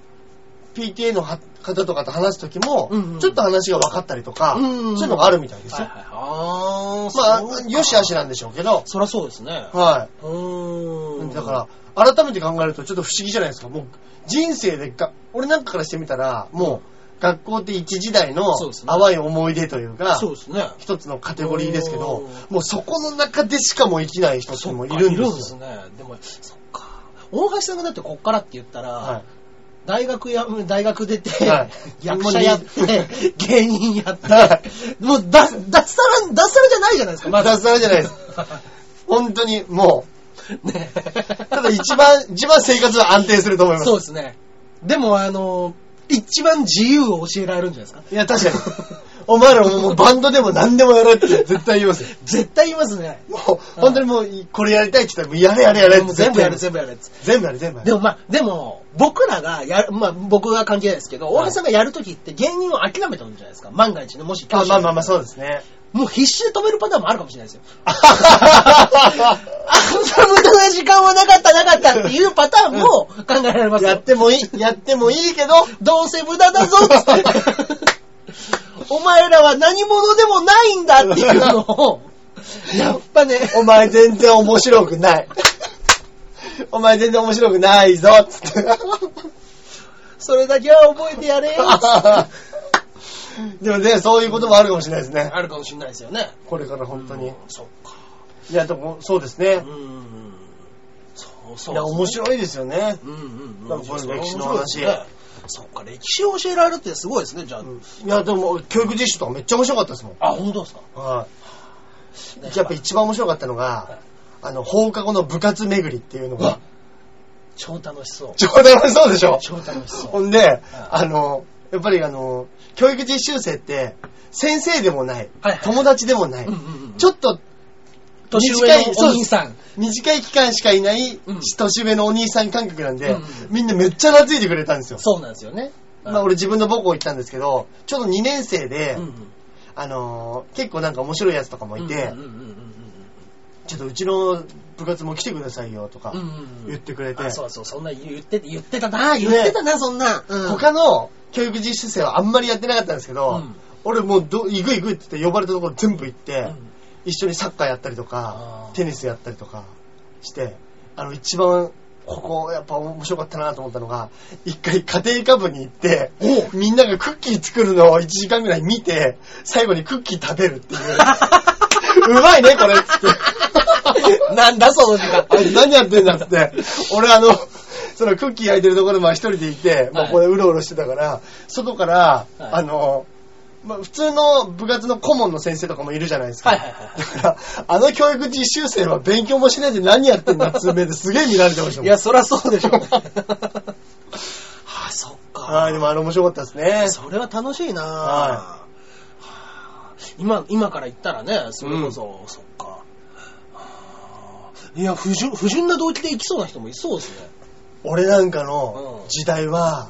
Speaker 1: PTA のは方とかと話すときも
Speaker 2: うんうん、
Speaker 1: ちょっと話が分かったりとか、
Speaker 2: う
Speaker 1: そ
Speaker 2: ん
Speaker 1: う
Speaker 2: うんうん
Speaker 1: いうのがあるみたいです
Speaker 2: はい
Speaker 1: よ。
Speaker 2: はいはいあー
Speaker 1: まあ
Speaker 2: そうか、
Speaker 1: よしあしなんでしょうけど、
Speaker 2: そりゃそうですね。
Speaker 1: は
Speaker 2: うーん。
Speaker 1: い。だから、改めて考えるとちょっと不思議じゃないですか。もう、人生でが、俺なんかからしてみたら、もう、学校って一時代の
Speaker 2: そうですね
Speaker 1: 淡い思い出というか、
Speaker 2: そうですね。
Speaker 1: 一つのカテゴリーですけ
Speaker 2: う
Speaker 1: ど
Speaker 2: ん、
Speaker 1: もうそこの中でしかもう生きない人って
Speaker 2: そ
Speaker 1: いううの
Speaker 2: か
Speaker 1: もいるんで
Speaker 2: いるんですす
Speaker 1: よ。
Speaker 2: ね。でも、そっか。大橋さんがだってこっからって言ったら、
Speaker 1: はい
Speaker 2: 大学や、大学出て、
Speaker 1: はい
Speaker 2: 役者やっ
Speaker 1: もう
Speaker 2: て、芸人やって、
Speaker 1: は
Speaker 2: もう脱サラ、脱サラじゃないじゃないですか、まだ。
Speaker 1: 脱サラじゃない
Speaker 2: *laughs*
Speaker 1: です。本当に、も
Speaker 2: ね
Speaker 1: う、ただ一番、一番生活は安定すると思います。
Speaker 2: そうですね。でも、あの、一番自由を教えられるんじゃないですか。
Speaker 1: いや、確かに。お前らももうバンドでも何でもやれって絶対言いますよ。
Speaker 2: 絶対言いますね。
Speaker 1: もう、本当にもう、これやりたいって言ったら、もうやれやれやれって
Speaker 2: もう全部やる、
Speaker 1: 絶
Speaker 2: 全部やるっつって
Speaker 1: 対全部やる、全部や
Speaker 2: で
Speaker 1: る。
Speaker 2: もまあ、でも、僕らがやる、まあ僕は関係ないですけど、
Speaker 1: はい
Speaker 2: 大橋さんがやるときって芸人を諦めたんじゃないですか。万が一ね、もし
Speaker 1: あ、まあまあまあ、
Speaker 2: う。
Speaker 1: そうですね。 *laughs*
Speaker 2: もう必死で止めるパターンもあるかもしれないですよ。
Speaker 1: あはははは
Speaker 2: あ、それ無駄な時間はなかったなかったっていうパター
Speaker 1: *laughs*
Speaker 2: ンも考えられます
Speaker 1: や
Speaker 2: よ
Speaker 1: っ。てもいい、やってもいいけど、
Speaker 2: どうせ無駄だぞっつって。お前らは何者でもないんだっていうのを、やっぱね、
Speaker 1: *laughs* お前全然面白くない。お前全然面白くないぞ、つって。
Speaker 2: それだけは覚えてやれよっつって
Speaker 1: でもね、そういうこともあるかもしれないですね。
Speaker 2: あるかもしれないですよね。
Speaker 1: これから本当に。
Speaker 2: そっか。
Speaker 1: いや、でも、そうです
Speaker 2: う
Speaker 1: ね。
Speaker 2: ん。そうそ。
Speaker 1: いうや、面白いですよね。
Speaker 2: うんうんうん。
Speaker 1: なんかこれ歴史の話
Speaker 2: 面白いですねそっか、歴史を教えられるってすごいですね、じゃあ。
Speaker 1: いや、でも、教育実習とかめっちゃ面白かったですもん。
Speaker 2: あ、本当ですか。
Speaker 1: はい。やっぱ一番面白かったのが、あの、放課後の部活巡りっていうの
Speaker 2: うわ
Speaker 1: が、 *laughs*
Speaker 2: 超楽しそう。
Speaker 1: 超楽しそうでしょ
Speaker 2: 超楽しそ
Speaker 1: *laughs* ほ
Speaker 2: う。
Speaker 1: んで、あの、やっぱりあの、教育実習生って、先生でもない
Speaker 2: はいはい、
Speaker 1: 友達でもない
Speaker 2: うんうんうん、
Speaker 1: ちょっと
Speaker 2: 年上のお兄さん。
Speaker 1: 短い期間しかいない
Speaker 2: うん
Speaker 1: 年上のお兄さん感覚なん
Speaker 2: う
Speaker 1: で
Speaker 2: んうん、
Speaker 1: みんなめっちゃ懐いてくれたんですよ。
Speaker 2: そうなんですよね。
Speaker 1: まあ俺自分の母校行ったんですけど、ちょうど2年生で
Speaker 2: うん、うん
Speaker 1: あのー、結構なんか面白いやつとかもいて
Speaker 2: うん、うんうん
Speaker 1: ちょっとうちの部活も来てくださいよとか
Speaker 2: うんうんうんうんうん
Speaker 1: 言ってくれて、
Speaker 2: あそうそう、そんな言って、言ってたな、言ってたな、そんな。うん
Speaker 1: 他の教育実習生はあんまりやってなかったんですけど、 *laughs*
Speaker 2: うん
Speaker 1: 俺もうど、行く行くって言って呼ばれたところ全部行って、
Speaker 2: うん
Speaker 1: 一緒にサッカーやったりと
Speaker 2: あ
Speaker 1: か
Speaker 2: ー、
Speaker 1: テニスやったりとかして、あの、一番、ここ、やっぱ面白かったなと思ったのが、一回家庭科部に行って、みんながクッキー作るのを1時間ぐらい見て、最後にクッキー食べるっていう。
Speaker 2: *laughs*
Speaker 1: うまいね、これっつって。
Speaker 2: なんだ、その *laughs* 時間。
Speaker 1: あいつ何やってんだっつって。俺あの、そのクッキー焼いてるところまあ一人でいて、もうこれうろうろしてたから、外から、
Speaker 2: はい
Speaker 1: あの、まあ、普通の部活の顧問の先生とかもいるじゃないですか。
Speaker 2: はいはいはいはい
Speaker 1: だから、あの教育実習生は勉強もしないで何やってんだっつう目ですげえ見られてましたも
Speaker 2: い
Speaker 1: ん。
Speaker 2: や、そらそうでしょ。 *laughs* はい、そっか。
Speaker 1: はい、でもあれ面白かったですね。
Speaker 2: それは楽しいな、
Speaker 1: はい
Speaker 2: はあ今、今から言ったらね、それこそ、そっか。はあいや、不純、不純な動機で行きそうな人もいそうですね。
Speaker 1: 俺なんかの
Speaker 2: うん
Speaker 1: 時代は、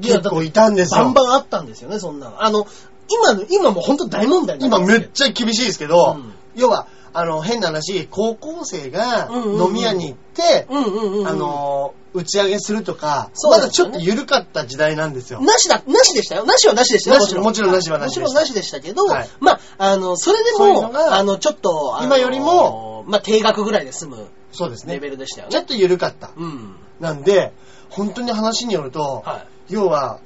Speaker 2: いや
Speaker 1: 結構いたんですよ
Speaker 2: バンバンあったんですよね、そんなの。あの、今の、今もう本当大問題にな
Speaker 1: 今
Speaker 2: ってます
Speaker 1: め
Speaker 2: けど
Speaker 1: っちゃ厳しいですけど、
Speaker 2: うん
Speaker 1: 要は、あの、変な話、高校生が
Speaker 2: うんうんうん
Speaker 1: 飲み屋に行って、
Speaker 2: うんうんうんうん。
Speaker 1: あのー打ち上げするとか、
Speaker 2: そう
Speaker 1: ま
Speaker 2: な
Speaker 1: だ
Speaker 2: んです
Speaker 1: ち
Speaker 2: よ
Speaker 1: ょっ
Speaker 2: ね
Speaker 1: と緩かった時代なんですよ。
Speaker 2: なしだ、なしでしたよ。なしはなしでしたよ。
Speaker 1: なしもちろんなしはなしでした
Speaker 2: もちろんなしでしたけど、
Speaker 1: はい
Speaker 2: まあ、あの、それで
Speaker 1: そういうの
Speaker 2: も、
Speaker 1: が
Speaker 2: あの、ちょっと、あの
Speaker 1: 今よりも、
Speaker 2: まあ、定額ぐらいで済む
Speaker 1: そうです
Speaker 2: レ
Speaker 1: ね。
Speaker 2: ベルでしたよ
Speaker 1: ちょ
Speaker 2: ね
Speaker 1: っ。と緩かった。
Speaker 2: うん。
Speaker 1: なんで、本当に話によると、
Speaker 2: はい。
Speaker 1: 要は、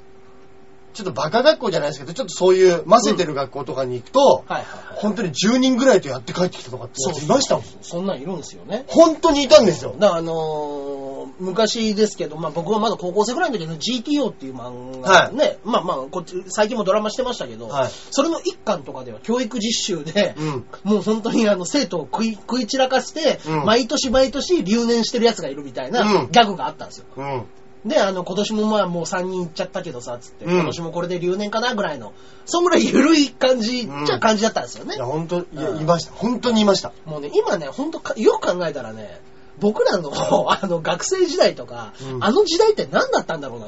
Speaker 1: ちょっとバカ学校じゃないですけど、ちょっとそういう混ぜてる学校とかに行くと、
Speaker 2: はいはいはい。
Speaker 1: 本当に10人ぐらいとやって帰ってきたとかってやついましたもん。
Speaker 2: そんなんいるんですよね。
Speaker 1: 本当にいたんですよ。
Speaker 2: だからあのー昔ですけど、まあ、僕はまだ高校生ぐらいの時の GTO っていう漫画ね、まあまあこっち最近もドラマしてましたけど、
Speaker 1: はい
Speaker 2: それの一巻とかでは教育実習で、
Speaker 1: うん
Speaker 2: もう本当にあの生徒を食い食い散らかして、
Speaker 1: うん
Speaker 2: 毎年毎年留年してるやつがいるみたいな
Speaker 1: うん
Speaker 2: ギャグがあったんですよ。
Speaker 1: うん。
Speaker 2: で、あの、今年もまあもう3人いっちゃったけどさ、つって、
Speaker 1: うん
Speaker 2: 今年もこれで留年かなぐらいの、そんぐらい緩い感じ、
Speaker 1: うん
Speaker 2: じゃ感じだったんですよね
Speaker 1: い。や、本当、いや
Speaker 2: うん
Speaker 1: いました。本当にいました。
Speaker 2: もうね、今ね、ほんとか、よく考えたらね、僕らの *laughs* あの学生時代とか、
Speaker 1: うん
Speaker 2: あの時代って何だったんだろうな。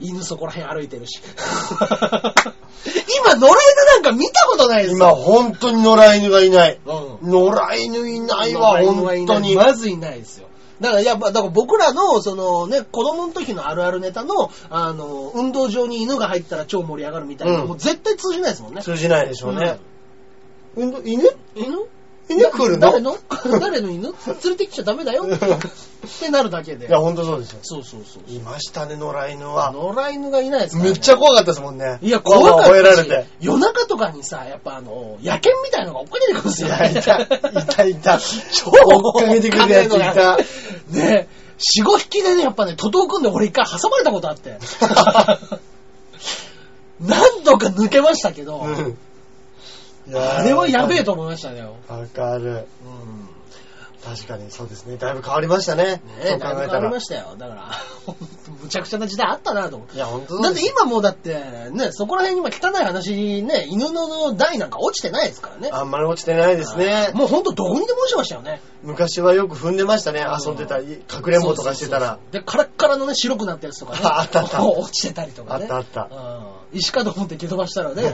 Speaker 2: 犬そこら辺歩いてるし。 *laughs* 今、野良犬なんか見たことないです
Speaker 1: 今、
Speaker 2: よ。
Speaker 1: 本当に野良犬がいない。
Speaker 2: 今、うん。
Speaker 1: 野良犬いないわ、本当に。
Speaker 2: まずいないですよ。だから、やっぱ、だから僕らの、そのね、子供の時のあるあるネタの、あの、運動場に犬が入ったら超盛り上がるみたいな、
Speaker 1: うん
Speaker 2: もう絶対通じないですもんね。
Speaker 1: 通じないでしょうね。運動犬
Speaker 2: 犬
Speaker 1: 犬来るの
Speaker 2: 誰の *laughs* 誰の犬連れてきちゃダメだよってなるだけで
Speaker 1: い。や、本当そうですよ。
Speaker 2: そうそうそう。
Speaker 1: いましたね、野良犬は。
Speaker 2: 野良犬がいないですから、
Speaker 1: め
Speaker 2: ね。
Speaker 1: っちゃ怖かったですもんね。
Speaker 2: いや、怖かったし。
Speaker 1: 吠えられて。
Speaker 2: 夜中とかにさ、やっぱあの、野犬みたいなのが追っかけてくるんです
Speaker 1: い
Speaker 2: よ。
Speaker 1: や、いた、いた、いた。
Speaker 2: 超
Speaker 1: 追っかけてくるやつい *laughs* た。
Speaker 2: ね四五匹でね、やっぱね、徒党組んで俺一回挟まれたこと
Speaker 1: *laughs*
Speaker 2: あって。何度か抜けましたけど、
Speaker 1: うんいや
Speaker 2: あれはやべえと思いましたね。
Speaker 1: わかる。
Speaker 2: うん
Speaker 1: 確かにそうですね。だいぶ変わりましたね。
Speaker 2: ね
Speaker 1: そう
Speaker 2: え、
Speaker 1: 考
Speaker 2: だいぶ
Speaker 1: え
Speaker 2: 変わ
Speaker 1: た
Speaker 2: り
Speaker 1: ら。
Speaker 2: ましたよ。だから、 *laughs* ほんとむちゃくちゃな時代あったなと思って。
Speaker 1: いや、本当
Speaker 2: だ
Speaker 1: そ
Speaker 2: っ
Speaker 1: う
Speaker 2: て
Speaker 1: です
Speaker 2: 今もうだって、ね、そこら辺には汚い話、ね、犬の台なんか落ちてないですからね。
Speaker 1: あんまり落ちてないですね。
Speaker 2: もうほんとどこにでも落ちてましたよね。
Speaker 1: 昔はよく踏んでましたね。遊んでたり、かくれんぼとかしてたら。
Speaker 2: そうそうそうそうで、カラッカラのね、白くなったやつとかね。
Speaker 1: ああったあった
Speaker 2: こう *laughs* 落ちてたりとかね。
Speaker 1: あったあった
Speaker 2: うん。石かと思って蹴飛ばしたらね、っ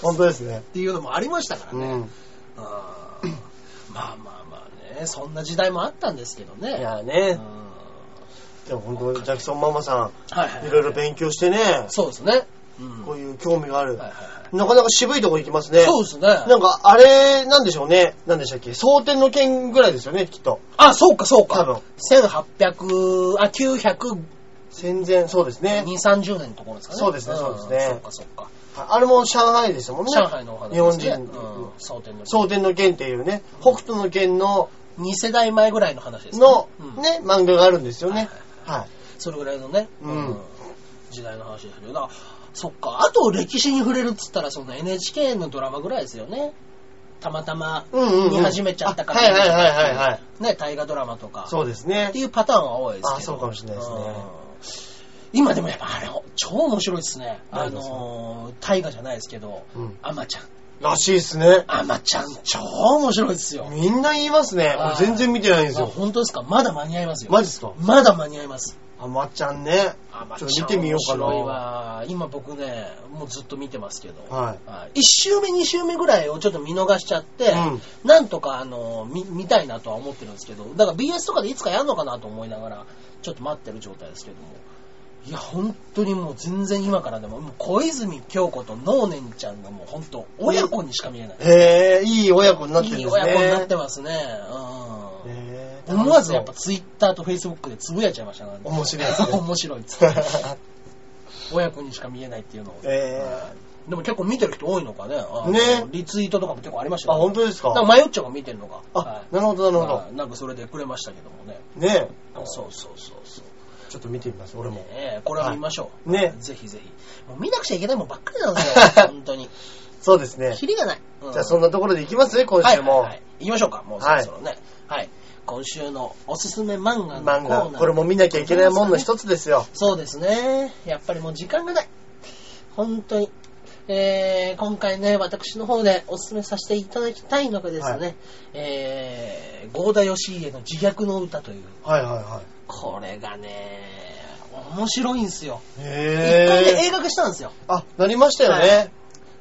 Speaker 1: 本当ですね。
Speaker 2: ていうのもありましたから
Speaker 1: う
Speaker 2: ね。
Speaker 1: ん。
Speaker 2: あーまあまあまあね、そんな時代もあったんですけどね。
Speaker 1: いや
Speaker 2: うん
Speaker 1: ね、でも本当ジャクソンママさ
Speaker 2: はいはは
Speaker 1: ん、いろいろ勉強してね、
Speaker 2: そうですね。うん
Speaker 1: こういう興味がある
Speaker 2: はい。はい
Speaker 1: なかなか渋いとこ行きますね。
Speaker 2: そうですね。
Speaker 1: *laughs* なんか、あれ、なんでしょうね。なんでしたっけ蒼天の剣ぐらいですよね、きっと。
Speaker 2: あ、そうかそう
Speaker 1: 多
Speaker 2: か。
Speaker 1: 分。
Speaker 2: 1800、あ、900、
Speaker 1: 戦前、そうですね。
Speaker 2: 2、30年のところですかね。
Speaker 1: そうですね
Speaker 2: ん
Speaker 1: そうですね
Speaker 2: そうかそうか。
Speaker 1: あれも上海でしたもんね。
Speaker 2: 上海のお話
Speaker 1: 日本
Speaker 2: ですね。
Speaker 1: 人。
Speaker 2: うん。蒼天の。
Speaker 1: 蒼天の剣っていうね、北斗の剣の、
Speaker 2: 2世代前ぐらいの話ですね
Speaker 1: の
Speaker 2: うん、
Speaker 1: ね、漫画があるんですよ
Speaker 2: はい
Speaker 1: ね
Speaker 2: はい。
Speaker 1: はい。
Speaker 2: それぐらいのね、
Speaker 1: うん
Speaker 2: 時代の話ですけど、だからそっか、あと歴史に触れるっつったら、その NHK のドラマぐらいですよね。たまたま
Speaker 1: うんうんうん
Speaker 2: 見始めちゃったから、
Speaker 1: あはいはいはいはいはい
Speaker 2: ね、大河ドラマとか、
Speaker 1: そうです
Speaker 2: っ
Speaker 1: ね
Speaker 2: て。いうパターンは多いですけど。
Speaker 1: あそうかもしれないですね
Speaker 2: うん。今でもやっぱあれ、超面白いですね。あ
Speaker 1: 何ですか
Speaker 2: のー、大河じゃないですけど
Speaker 1: うん、
Speaker 2: アマちゃん。
Speaker 1: らしいですね。
Speaker 2: アマちゃん、超面白いですよ。
Speaker 1: みんな言いますね。
Speaker 2: はい
Speaker 1: 俺全然見てないんです
Speaker 2: あ
Speaker 1: よ。
Speaker 2: 本当ですかまだ間に合いますよ。
Speaker 1: マジっすか
Speaker 2: まだ間に合います。
Speaker 1: あまちゃんね。ちょっと見てみようかな
Speaker 2: 面白いわ今僕ね、もうずっと見てますけど、
Speaker 1: はい
Speaker 2: 1周目、2周目ぐらいをちょっと見逃しちゃって、
Speaker 1: う
Speaker 2: なんとかあの見見たいなとは思ってるんですけど、だから BS とかでいつかやるのかなと思いながら、ちょっと待ってる状態ですけども。いや、本当にもう全然今からでも、もう小泉京子と能年ちゃんがもう本当、親子にしか見えない。
Speaker 1: へえ、いい親子になってるん
Speaker 2: い
Speaker 1: で
Speaker 2: い
Speaker 1: すね。
Speaker 2: 親子になってますね。うん。
Speaker 1: へえ
Speaker 2: 思わずやっぱツイッターとフェイスブックでつぶやいちゃいましたからね
Speaker 1: 面白いですね
Speaker 2: *laughs* 面白いっつ
Speaker 1: *laughs*
Speaker 2: って。親子にしか見えないっていうのを。
Speaker 1: え
Speaker 2: でも結構見てる人多いのかね。あの
Speaker 1: ね
Speaker 2: リツイートとかも結構ありました
Speaker 1: *laughs* あ、本当です
Speaker 2: なん
Speaker 1: か
Speaker 2: か迷っちゃうが見てるのか。
Speaker 1: あ
Speaker 2: は、い
Speaker 1: なるほど、なるほ
Speaker 2: はいなんかそれでくれましたけどもね。
Speaker 1: ど。ね
Speaker 2: そうそうそうそう。
Speaker 1: ちょっと見てみます、俺も。
Speaker 2: ねえこれは見ましょう。
Speaker 1: はいね
Speaker 2: ぜひぜひ。もう見なくちゃいけないもんばっかりなんで
Speaker 1: *laughs*
Speaker 2: すよ。本当に。
Speaker 1: そうですね。
Speaker 2: キリがない。う
Speaker 1: じゃあそんなところでいきますね、今週も。
Speaker 2: はいはいはい行きましょうか。もうそろそろね。はい。今週のおすすめ漫画のコー
Speaker 1: 漫
Speaker 2: ナー。
Speaker 1: 画、これも見なきゃいけないもんの一つですよ。
Speaker 2: そうですね。やっぱりもう時間がない。本当に。えー、今回ね、私の方でお勧めさせていただきたいのがですね、
Speaker 1: は
Speaker 2: えー、郷田義家の自虐の歌という、
Speaker 1: はいはいは
Speaker 2: これがね、面白いんですよ。
Speaker 1: い。
Speaker 2: 一回ね、
Speaker 1: へ
Speaker 2: 映
Speaker 1: え。
Speaker 2: 画化したんですよ。
Speaker 1: あ、なりましたよ
Speaker 2: は
Speaker 1: ね。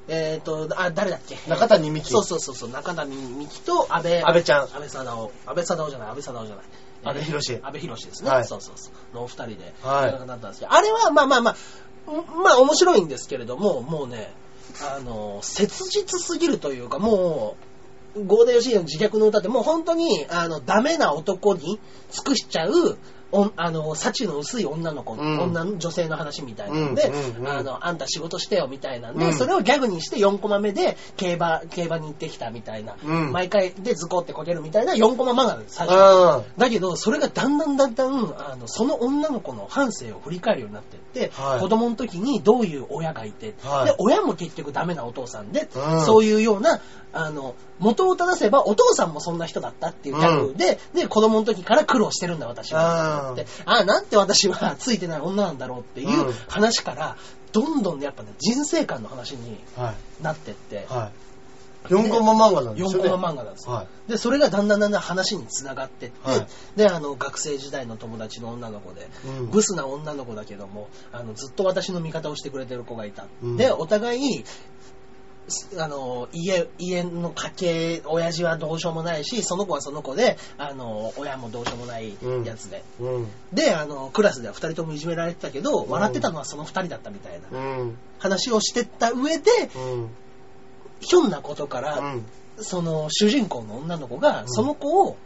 Speaker 2: えっ、と、あ、誰だっけ
Speaker 1: 中谷美紀
Speaker 2: そうそうそうそう、中谷美紀と安倍、
Speaker 1: 安倍ちゃん
Speaker 2: 安倍貞夫、安倍貞夫じゃない、安倍貞夫じゃない。
Speaker 1: 安倍博士
Speaker 2: えー安倍博士ですね。
Speaker 1: はい
Speaker 2: そうそうそう。のお二人で、
Speaker 1: はい
Speaker 2: 映画化だったんですけど、あれはまあまあまあ、んまあ面白いんですけれども、もうね、あの、切実すぎるというか、もう、ゴーデヨシの自虐の歌ってもう本当に、あの、ダメな男に尽くしちゃう、おんあの、幸の薄い女の子、
Speaker 1: うん
Speaker 2: 女の女性の話みたいなので、
Speaker 1: うんうんうん
Speaker 2: あの、あんた仕事してよみたいなんで、
Speaker 1: うん
Speaker 2: それをギャグにして4コマ目で競馬、競馬に行ってきたみたいな、
Speaker 1: うん
Speaker 2: 毎回でズコってこけるみたいな4コマ漫画なんです、最初。
Speaker 1: うん。
Speaker 2: だけど、それがだんだんだんだん、あの、その女の子の半生を振り返るようになってって、
Speaker 1: はい
Speaker 2: 子供の時にどういう親がいて、
Speaker 1: はい
Speaker 2: で、親も結局ダメなお父さんで、
Speaker 1: うん
Speaker 2: そういうような、あの、元を正せばお父さんもそんな人だったっていうギャグで、で、子供の時から苦労してるんだ私は。
Speaker 1: うん
Speaker 2: ってああ、なんて私はついてない女なんだろうっていう
Speaker 1: うん
Speaker 2: 話から、どんどんね、やっぱね、人生観の話に
Speaker 1: はい。
Speaker 2: なってって、
Speaker 1: はい。4コマ漫画なんですよね。
Speaker 2: 4コマ漫画なんですよ
Speaker 1: はい。
Speaker 2: で、それがだんだんだんだん話につながってって、
Speaker 1: はい
Speaker 2: で、あの、学生時代の友達の女の子で、
Speaker 1: うん
Speaker 2: ブスな女の子だけども、あの、ずっと私の味方をしてくれてる子がいた。
Speaker 1: うん
Speaker 2: で、お互い、すあの、家、家の家系、親父はどうしようもないし、その子はその子で、あの、親もどうしようもないやつで。
Speaker 1: うん。
Speaker 2: で、あの、クラスでは二人ともいじめられてたけど、
Speaker 1: うん
Speaker 2: 笑ってたのはその二人だったみたいな
Speaker 1: うん。
Speaker 2: 話をしてった上で、
Speaker 1: うん。
Speaker 2: ひょんなことから、
Speaker 1: うん。
Speaker 2: その主人公の女の子が、
Speaker 1: うん
Speaker 2: その子を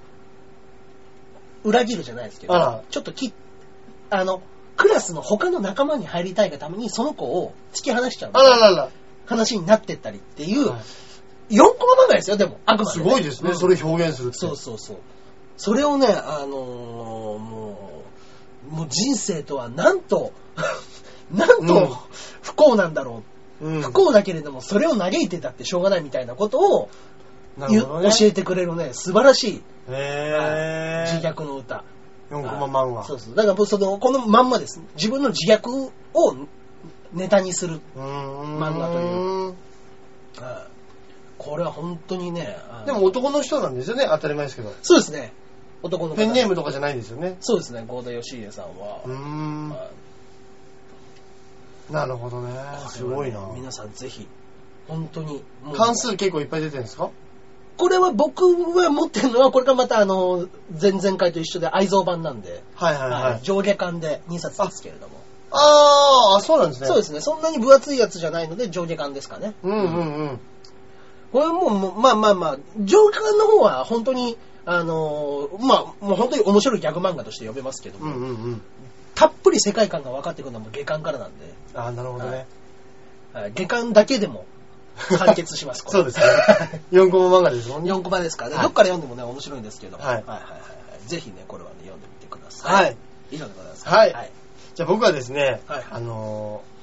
Speaker 2: 裏切るじゃないですけ
Speaker 1: あ
Speaker 2: ど
Speaker 1: ら、
Speaker 2: ちょっとき、あの、クラスの他の仲間に入りたいがために、その子を突き放しちゃう
Speaker 1: あららら。
Speaker 2: 話になってったりっていう、
Speaker 1: はい
Speaker 2: 4コマ漫画ですよ、でも、あくま
Speaker 1: す
Speaker 2: でね、
Speaker 1: ごいです
Speaker 2: う
Speaker 1: ね、
Speaker 2: ん
Speaker 1: それ表現するって。
Speaker 2: そうそうそう。それをね、あのーもう、もう人生とはなんと、 *laughs* なん
Speaker 1: うん
Speaker 2: と不幸なんだろ
Speaker 1: う
Speaker 2: う。
Speaker 1: ん。
Speaker 2: 不幸だけれども、それを嘆いてたってしょうがないみたいなことを、
Speaker 1: な
Speaker 2: 言
Speaker 1: る
Speaker 2: う
Speaker 1: ほどね。
Speaker 2: 教えてくれるね、素晴らしい
Speaker 1: へ
Speaker 2: 自
Speaker 1: ぇー。
Speaker 2: 虐の歌。
Speaker 1: 4コマ漫画。
Speaker 2: そうそう。だからもうその、このまんまです。自分の自虐をネタにする。
Speaker 1: うーん
Speaker 2: 漫画といああこれは本当にね。あの
Speaker 1: でも男の人なんですよね、当たり前ですけど。
Speaker 2: そうですね。男の方。
Speaker 1: ペンネームとかじゃないんですよね。
Speaker 2: そうですね、郷田義家さんは
Speaker 1: うー。ん
Speaker 2: あ。
Speaker 1: なるほどね
Speaker 2: あ。
Speaker 1: すごいな
Speaker 2: これ。はね皆さんぜひ、本当に。もう
Speaker 1: 関数結構いっぱい出てるんですか
Speaker 2: これは僕は持ってるのは、これがまたあの、前々回と一緒で愛蔵版なんで、
Speaker 1: はいはいは
Speaker 2: はい
Speaker 1: い。
Speaker 2: 上下巻で2冊ですけれども。
Speaker 1: あー、そうなんですね。。
Speaker 2: そうですすね。そんなに分厚いやつじゃないので、上下巻ですかね。
Speaker 1: うんうんうん。
Speaker 2: これももう、まあまあまあ、上下巻の方は本当に、あのーまあ、もう本当に面白いギャグ漫画として読めますけど
Speaker 1: う
Speaker 2: も、
Speaker 1: んうんうん。
Speaker 2: たっぷり世界観が分かってくるのも下巻からなんで、
Speaker 1: あー、なるほどね。
Speaker 2: はい下巻だけでも完結します、これ
Speaker 1: そうですね。4コマ漫画ですもんね。
Speaker 2: 4コマですからね、
Speaker 1: はい
Speaker 2: どっから読んでもね、面白いんですけども、
Speaker 1: はい
Speaker 2: はいはいはいはいぜひね、これはね、読んでみてください。
Speaker 1: はい。
Speaker 2: 以上でございます。
Speaker 1: はい
Speaker 2: はい。
Speaker 1: じゃあ僕はですね、
Speaker 2: はい
Speaker 1: あのー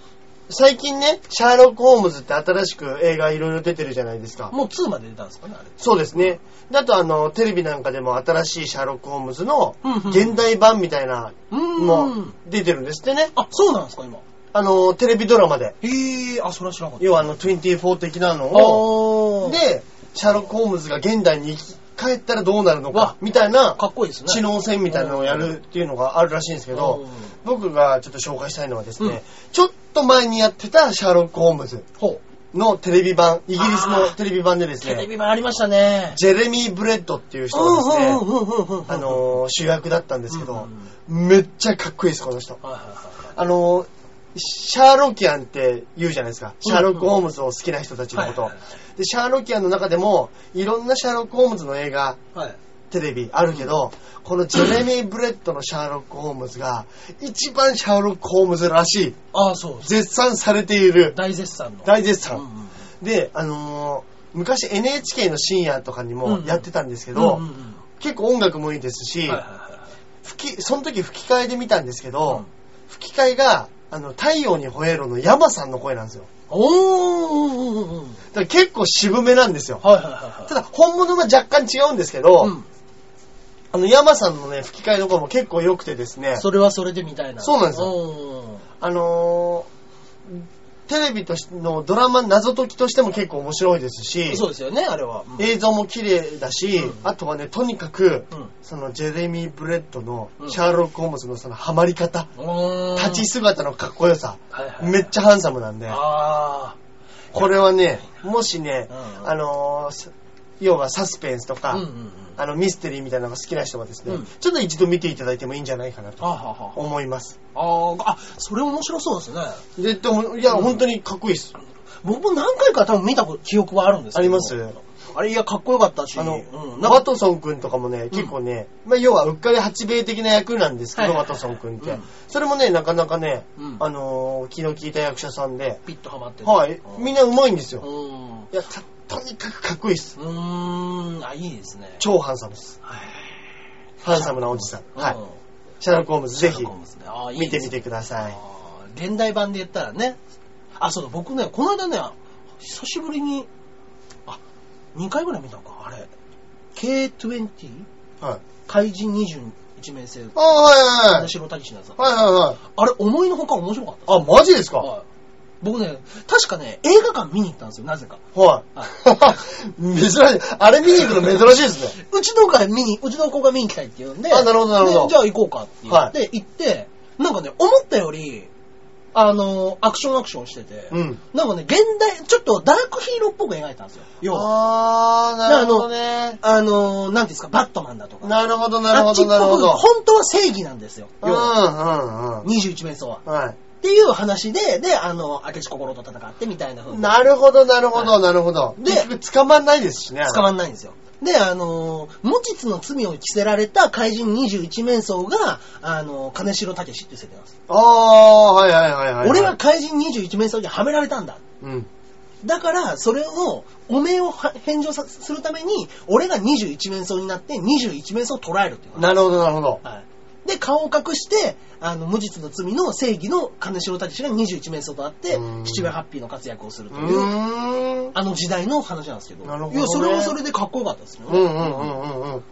Speaker 1: 最近ね、シャーロック・ホームズって新しく映画いろいろ出てるじゃないですか。
Speaker 2: もう2まで出たんですかね、あれ。
Speaker 1: そうですね。だとあの、テレビなんかでも新しいシャーロック・ホームズの
Speaker 2: うんうん
Speaker 1: 現代版みたいな
Speaker 2: うーん。
Speaker 1: のも出てるんですってね。
Speaker 2: あ、そうなんですか、今。
Speaker 1: あの、テレビドラマで。
Speaker 2: へえ、あ、それは知らなかった。
Speaker 1: 要はあの、24的なのを。
Speaker 2: おで、
Speaker 1: で、シャーロック・ホームズが現代に生き返ったらどうなるのか
Speaker 2: わ、
Speaker 1: みたいな
Speaker 2: かっこいいですね。
Speaker 1: 知能戦みたいなのをやるっていうのがあるらしいんですけ
Speaker 2: うん
Speaker 1: ど、僕がちょっと紹介したいのはですね、
Speaker 2: うん
Speaker 1: ちょっと前にやってたシャーロック・ホームズ
Speaker 2: ほう。
Speaker 1: のテレビ版、イギリスのテレビ版でです
Speaker 2: テレ
Speaker 1: ね、
Speaker 2: ビ版ありましたね。
Speaker 1: ジェレミー・ブレッドっていう人がですね、あ
Speaker 2: あ、
Speaker 1: のー主役だったんですけど、
Speaker 2: う
Speaker 1: めっちゃかっこいいです、この人。
Speaker 2: はいはいは
Speaker 1: あのーシャーロキアンって言うじゃないですか。シャーロック・ホームズを好きな人たちのこと。
Speaker 2: はいはいは
Speaker 1: で、シャーロキアンの中でも、いろんなシャーロック・ホームズの映画、
Speaker 2: いはい。はい。
Speaker 1: テレビあるけど、このジェレミー・ブレッドのシャーロック・ホームズが、一番シャーロック・ホームズらしい、
Speaker 2: ああ、そうです。
Speaker 1: 絶賛されている、
Speaker 2: 大絶賛の。
Speaker 1: 大絶
Speaker 2: 賛。
Speaker 1: 賛。で、あのー昔 NHK の深夜とかに
Speaker 2: う
Speaker 1: も
Speaker 2: ん
Speaker 1: やってたんですけ
Speaker 2: け
Speaker 1: ど、
Speaker 2: はい
Speaker 1: 結構音楽もいいですし、
Speaker 2: はいは
Speaker 1: 吹き、その時吹き替えで見たんですけ
Speaker 2: い
Speaker 1: ど、
Speaker 2: はい。
Speaker 1: 吹き替えが、あの、太陽に吠えろの山さんの声なんですよ。
Speaker 2: おーうんうんうんうん。
Speaker 1: だから結構渋めなんですよ。
Speaker 2: はいはいはいはい。
Speaker 1: ただ、本物が若干違うんですけど、
Speaker 2: うん
Speaker 1: あの、山さんのね、吹き替えの声も結構良くてですね、
Speaker 2: それはそれでみたいな。
Speaker 1: そうなんですよ
Speaker 2: よ。
Speaker 1: あのーテレビとしてのドラマ謎解きとしても結構面白いですし、
Speaker 2: そうですよね、あれは。
Speaker 1: 映像も綺麗だし、
Speaker 2: うん
Speaker 1: あとはね、とにかく、
Speaker 2: うん
Speaker 1: そのジェレミー・ブレッドの
Speaker 2: うん
Speaker 1: シャーロック・ホームズのそのハマり方、
Speaker 2: うん
Speaker 1: 立ち姿のかっこよさ、
Speaker 2: はいはい
Speaker 1: めっちゃハンサムなんで、
Speaker 2: あ
Speaker 1: これはね、もしね、
Speaker 2: うん
Speaker 1: あのーす要はサスペンスと
Speaker 2: あ。
Speaker 1: か、
Speaker 2: うんうんうん。
Speaker 1: あのミステリーみたいなのが好きな人はですね、
Speaker 2: うん
Speaker 1: ちょっと一度見ていただいてもいいんじゃないかな
Speaker 2: あ
Speaker 1: と
Speaker 2: ははは
Speaker 1: 思います。
Speaker 2: あーあ、それ面白そうですね。
Speaker 1: で、でも、いや、
Speaker 2: うん
Speaker 1: 本当にかっこいいです。
Speaker 2: 僕も何回か多分見たこと記憶はあるんですけど
Speaker 1: あります
Speaker 2: あれ、いや、かっこよかったし。
Speaker 1: あの、
Speaker 2: うん、なんか
Speaker 1: ワトソン君とかもね、結構ね、まあ、要はうっかり八兵衛的な役なんですけど、
Speaker 2: はいはい
Speaker 1: ワトソン君って、
Speaker 2: うん
Speaker 1: それもね、なかなかね、
Speaker 2: うん
Speaker 1: あのー気の利いた役者さんで、
Speaker 2: ピッとハマってる
Speaker 1: はい、みんなうまいんです
Speaker 2: う
Speaker 1: よ。
Speaker 2: ん。う
Speaker 1: いや、たとにかくかっこいいです。
Speaker 2: ーん、あ、いいですね。
Speaker 1: 超ハンサムです。ハンサムなおじさん。はい。
Speaker 2: い。
Speaker 1: シャーロック・ホームズ、ぜひ
Speaker 2: シャーロックホームズねあーいい
Speaker 1: 見て
Speaker 2: です
Speaker 1: みてください。
Speaker 2: あー現代版で言ったらね。あ、そうだ、僕ね、この間ね、久しぶりに、あ、2回ぐらい見たのか、あれ。K20?
Speaker 1: はい。
Speaker 2: 怪人21名制。
Speaker 1: ああ、はいはいはい。
Speaker 2: 私の武志のやつだ。
Speaker 1: はいはいはい。
Speaker 2: あれ、思いのほか面白かった
Speaker 1: あ、マジですかは
Speaker 2: はい僕ね、確かね、映画館見に行ったんですよ、なぜか。
Speaker 1: い。 *laughs* 珍しい。あれ見に行くの珍しいですね。
Speaker 2: うちの子が見に、うちの子が見に行きたいって言うんで、
Speaker 1: あなるほどなるほど
Speaker 2: でじゃあ行こうかって言って、行って、なんかね、思ったより、あの、アクションアクションしてて、
Speaker 1: *laughs* うん。
Speaker 2: なんかね、現代、ちょっとダークヒーローっぽく描いたんですよ。要は、
Speaker 1: ああ、なるほどね。
Speaker 2: あの、なんていうんですか、バットマンだとか。
Speaker 1: なるほど、なるほ
Speaker 2: あっちっ
Speaker 1: ど、
Speaker 2: ぽ
Speaker 1: なるほ
Speaker 2: く、
Speaker 1: ど。
Speaker 2: 本当は正義なんですよ。
Speaker 1: うん、う
Speaker 2: 要は
Speaker 1: ん、うん。
Speaker 2: 21面相は。
Speaker 1: はい。
Speaker 2: っていう話で、で、あの、明智心と戦ってみたいな風に。
Speaker 1: なるほど、なるほ
Speaker 2: は
Speaker 1: ど、なるほど。
Speaker 2: で
Speaker 1: 結局捕まんないですしね。
Speaker 2: 捕まんないんですよ。で、あのー無実の罪を着せられた怪人21面相が、あのー金城武士っていう設定なんです。
Speaker 1: ああ、はいはいはいはい。
Speaker 2: 俺は、怪人21面相にはめられたんだ。
Speaker 1: うん。
Speaker 2: だから、それを、おめえをは返上さするために、俺が21面相になって、21面相を捕らえるっていう話。
Speaker 1: なるほど、なるほど。
Speaker 2: はい。で、顔を隠して、あの、無実の罪の正義の金城武士が21面相と会って
Speaker 1: うーん、
Speaker 2: 父親ハッピーの活躍をする
Speaker 1: う
Speaker 2: という、
Speaker 1: ーん。
Speaker 2: あの時代の話なんですけど。
Speaker 1: なるほどね
Speaker 2: いや、それはそれでかっこよかったですね。
Speaker 1: うんうんうんうんうん。
Speaker 2: うん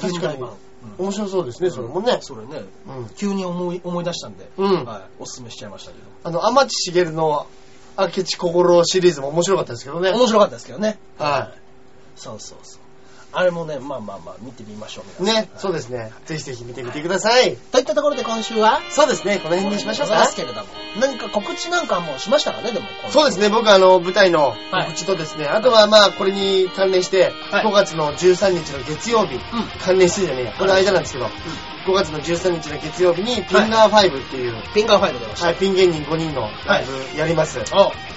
Speaker 1: 確かに
Speaker 2: 現代版うん
Speaker 1: 面白そうですね、それもね。
Speaker 2: それね、
Speaker 1: うん。
Speaker 2: 急に思い思い出したんで、
Speaker 1: うん
Speaker 2: はい、おすすめしちゃいましたけど。
Speaker 1: あの、天地茂の明智小五郎シリーズも面白かったですけどね。
Speaker 2: 面白かったですけどね。。
Speaker 1: はい
Speaker 2: そうそうそう。あれもね、まあまあまあ、見てみましょう。皆さん
Speaker 1: ね、そうですね。ぜひぜひ見てみてください。
Speaker 2: といったところで今週は、
Speaker 1: そうですね、この辺にしましょう
Speaker 2: で
Speaker 1: か
Speaker 2: す。けれども。何か告知なんかもうしましたかね、でも。
Speaker 1: そうです
Speaker 2: ね。
Speaker 1: ね、僕あの、舞台の告知とですね、あとはまあ、これに関連して、
Speaker 2: はい
Speaker 1: 5月の13日の月曜日、
Speaker 2: ん
Speaker 1: 関連してじゃねえや、この間なんですけど、5月の13日の月曜日に、ピンガー5っていう、
Speaker 2: ピンガーファイル出ました。
Speaker 1: はい、ピン芸人5人のライブやります。
Speaker 2: おう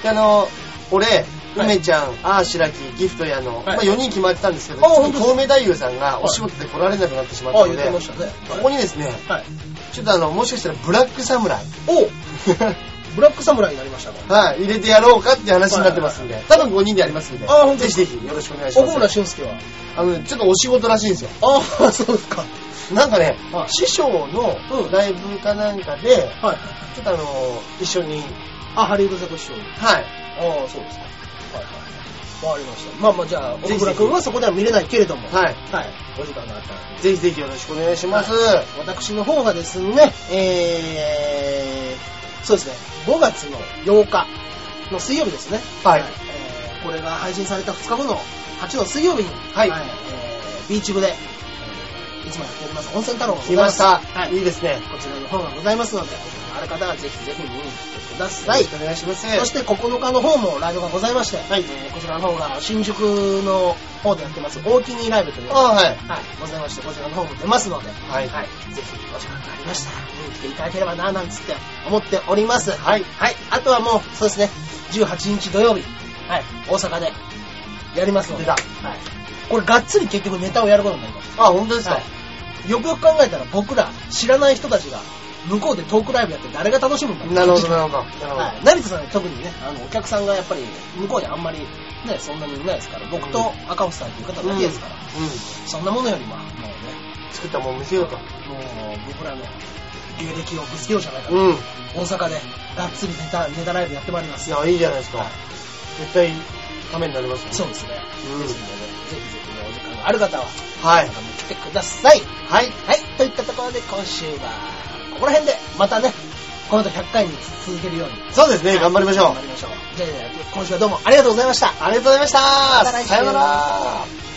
Speaker 1: で、あの、俺、
Speaker 2: はい
Speaker 1: 梅ちゃん、あーしらき、ギフトやの、
Speaker 2: はい
Speaker 1: まあ4人決まってたんですけど、
Speaker 2: あ
Speaker 1: ちょっ
Speaker 2: 本
Speaker 1: と
Speaker 2: 当で
Speaker 1: 東
Speaker 2: す
Speaker 1: 明太夫さんがお仕事で来られなくなってしまった
Speaker 2: あ、
Speaker 1: の
Speaker 2: 言っ
Speaker 1: で、
Speaker 2: てま
Speaker 1: こ
Speaker 2: したね。
Speaker 1: こにですね、
Speaker 2: はい。
Speaker 1: ちょっとあの、もしかしたらブラックサムライ、 *laughs*
Speaker 2: おうブラックサムライになりましたか
Speaker 1: はい、入れてやろうかって話になってますんで、多分5人でやりますんで、
Speaker 2: あ
Speaker 1: ぜ
Speaker 2: 本当で
Speaker 1: ひ
Speaker 2: す
Speaker 1: ぜひよろしくお願いし
Speaker 2: 奥
Speaker 1: ま
Speaker 2: 村
Speaker 1: す。
Speaker 2: 俊介は。
Speaker 1: あのね、ちょっとお仕事らしいんですよ。
Speaker 2: ああ、そうですか。
Speaker 1: なんかね
Speaker 2: は、い
Speaker 1: 師匠の
Speaker 2: うん
Speaker 1: ライブかなんかで、
Speaker 2: はい。
Speaker 1: ちょっとあの、一緒に、
Speaker 2: あ、ハリウッドザコシショウ。
Speaker 1: はい、
Speaker 2: ああ、そうですか。はいはい。わかりました。まあまあ、じゃ
Speaker 1: ぜ
Speaker 2: あ、
Speaker 1: ひ
Speaker 2: 奥村君はそこでは見れないけれども。
Speaker 1: はい
Speaker 2: はい。お時間があったら。
Speaker 1: ぜひぜひよろしくお願いします。
Speaker 2: 私の方がですね、えー、そうですね、5月の8日の水曜日ですね。
Speaker 1: はい
Speaker 2: えーこれが配信された2日後の8の水曜日に、
Speaker 1: はい
Speaker 2: えービーチ部で、えーいつもやっております、温泉太郎がござ
Speaker 1: 来
Speaker 2: いま
Speaker 1: ますした。、
Speaker 2: はい
Speaker 1: い
Speaker 2: い。
Speaker 1: ですね。
Speaker 2: こちらの方がございますので、ある方はぜひぜひ見に来てくだ
Speaker 1: よ
Speaker 2: さ
Speaker 1: ろ
Speaker 2: い
Speaker 1: し。くお願いします。
Speaker 2: そして9日の方もライブがございまして、
Speaker 1: はい
Speaker 2: えーこちらの方が新宿の方でやってます、大きにライブという
Speaker 1: あはい。
Speaker 2: はい、ございまして、こちらの方も出ますので、
Speaker 1: はい
Speaker 2: はい、ぜひお時間がありましたら、見に来ていただければな、なんつって思っております。はい。はい、あとはもう、そうですね、18日土曜日、はい、大阪でやりますので、
Speaker 1: 出た
Speaker 2: はい。これ、がっつり結局ネタをやることになります。
Speaker 1: あ、本当ですか。
Speaker 2: はいよくよく考えたら、僕ら、知らない人たちが、向こうでトークライブやって誰が楽しむんだ
Speaker 1: なるほど、なるほど。なるほど。
Speaker 2: はい、成田さんね、特にね、あの、お客さんがやっぱり、向こうにあんまり、ね、そんなにいないですから、僕と赤星さんという方だけですから、
Speaker 1: うん。うん
Speaker 2: そんなものよりも、もうね、
Speaker 1: 作ったもん見せようと。
Speaker 2: もう僕らの芸歴をぶつけようじゃないかと、
Speaker 1: うん。い
Speaker 2: 大阪でがっつりネタネタライブやってまいりますよ。
Speaker 1: や、いいじゃないですか
Speaker 2: はい。
Speaker 1: 絶対、ためになりますよね。
Speaker 2: そうですね。
Speaker 1: うん
Speaker 2: ですので、ぜひぜひね、お時間がある方は、
Speaker 1: はい
Speaker 2: 大。阪に来てください。はい。はい。といったところで今週は、ここら辺で、またね、この後100回に続けるように。
Speaker 1: そうですね、頑張りましょう
Speaker 2: 頑張。りましょう。じゃあ、今週はどうもありがとうございました。
Speaker 1: ありがとうございました。
Speaker 2: た来週
Speaker 1: さようなら。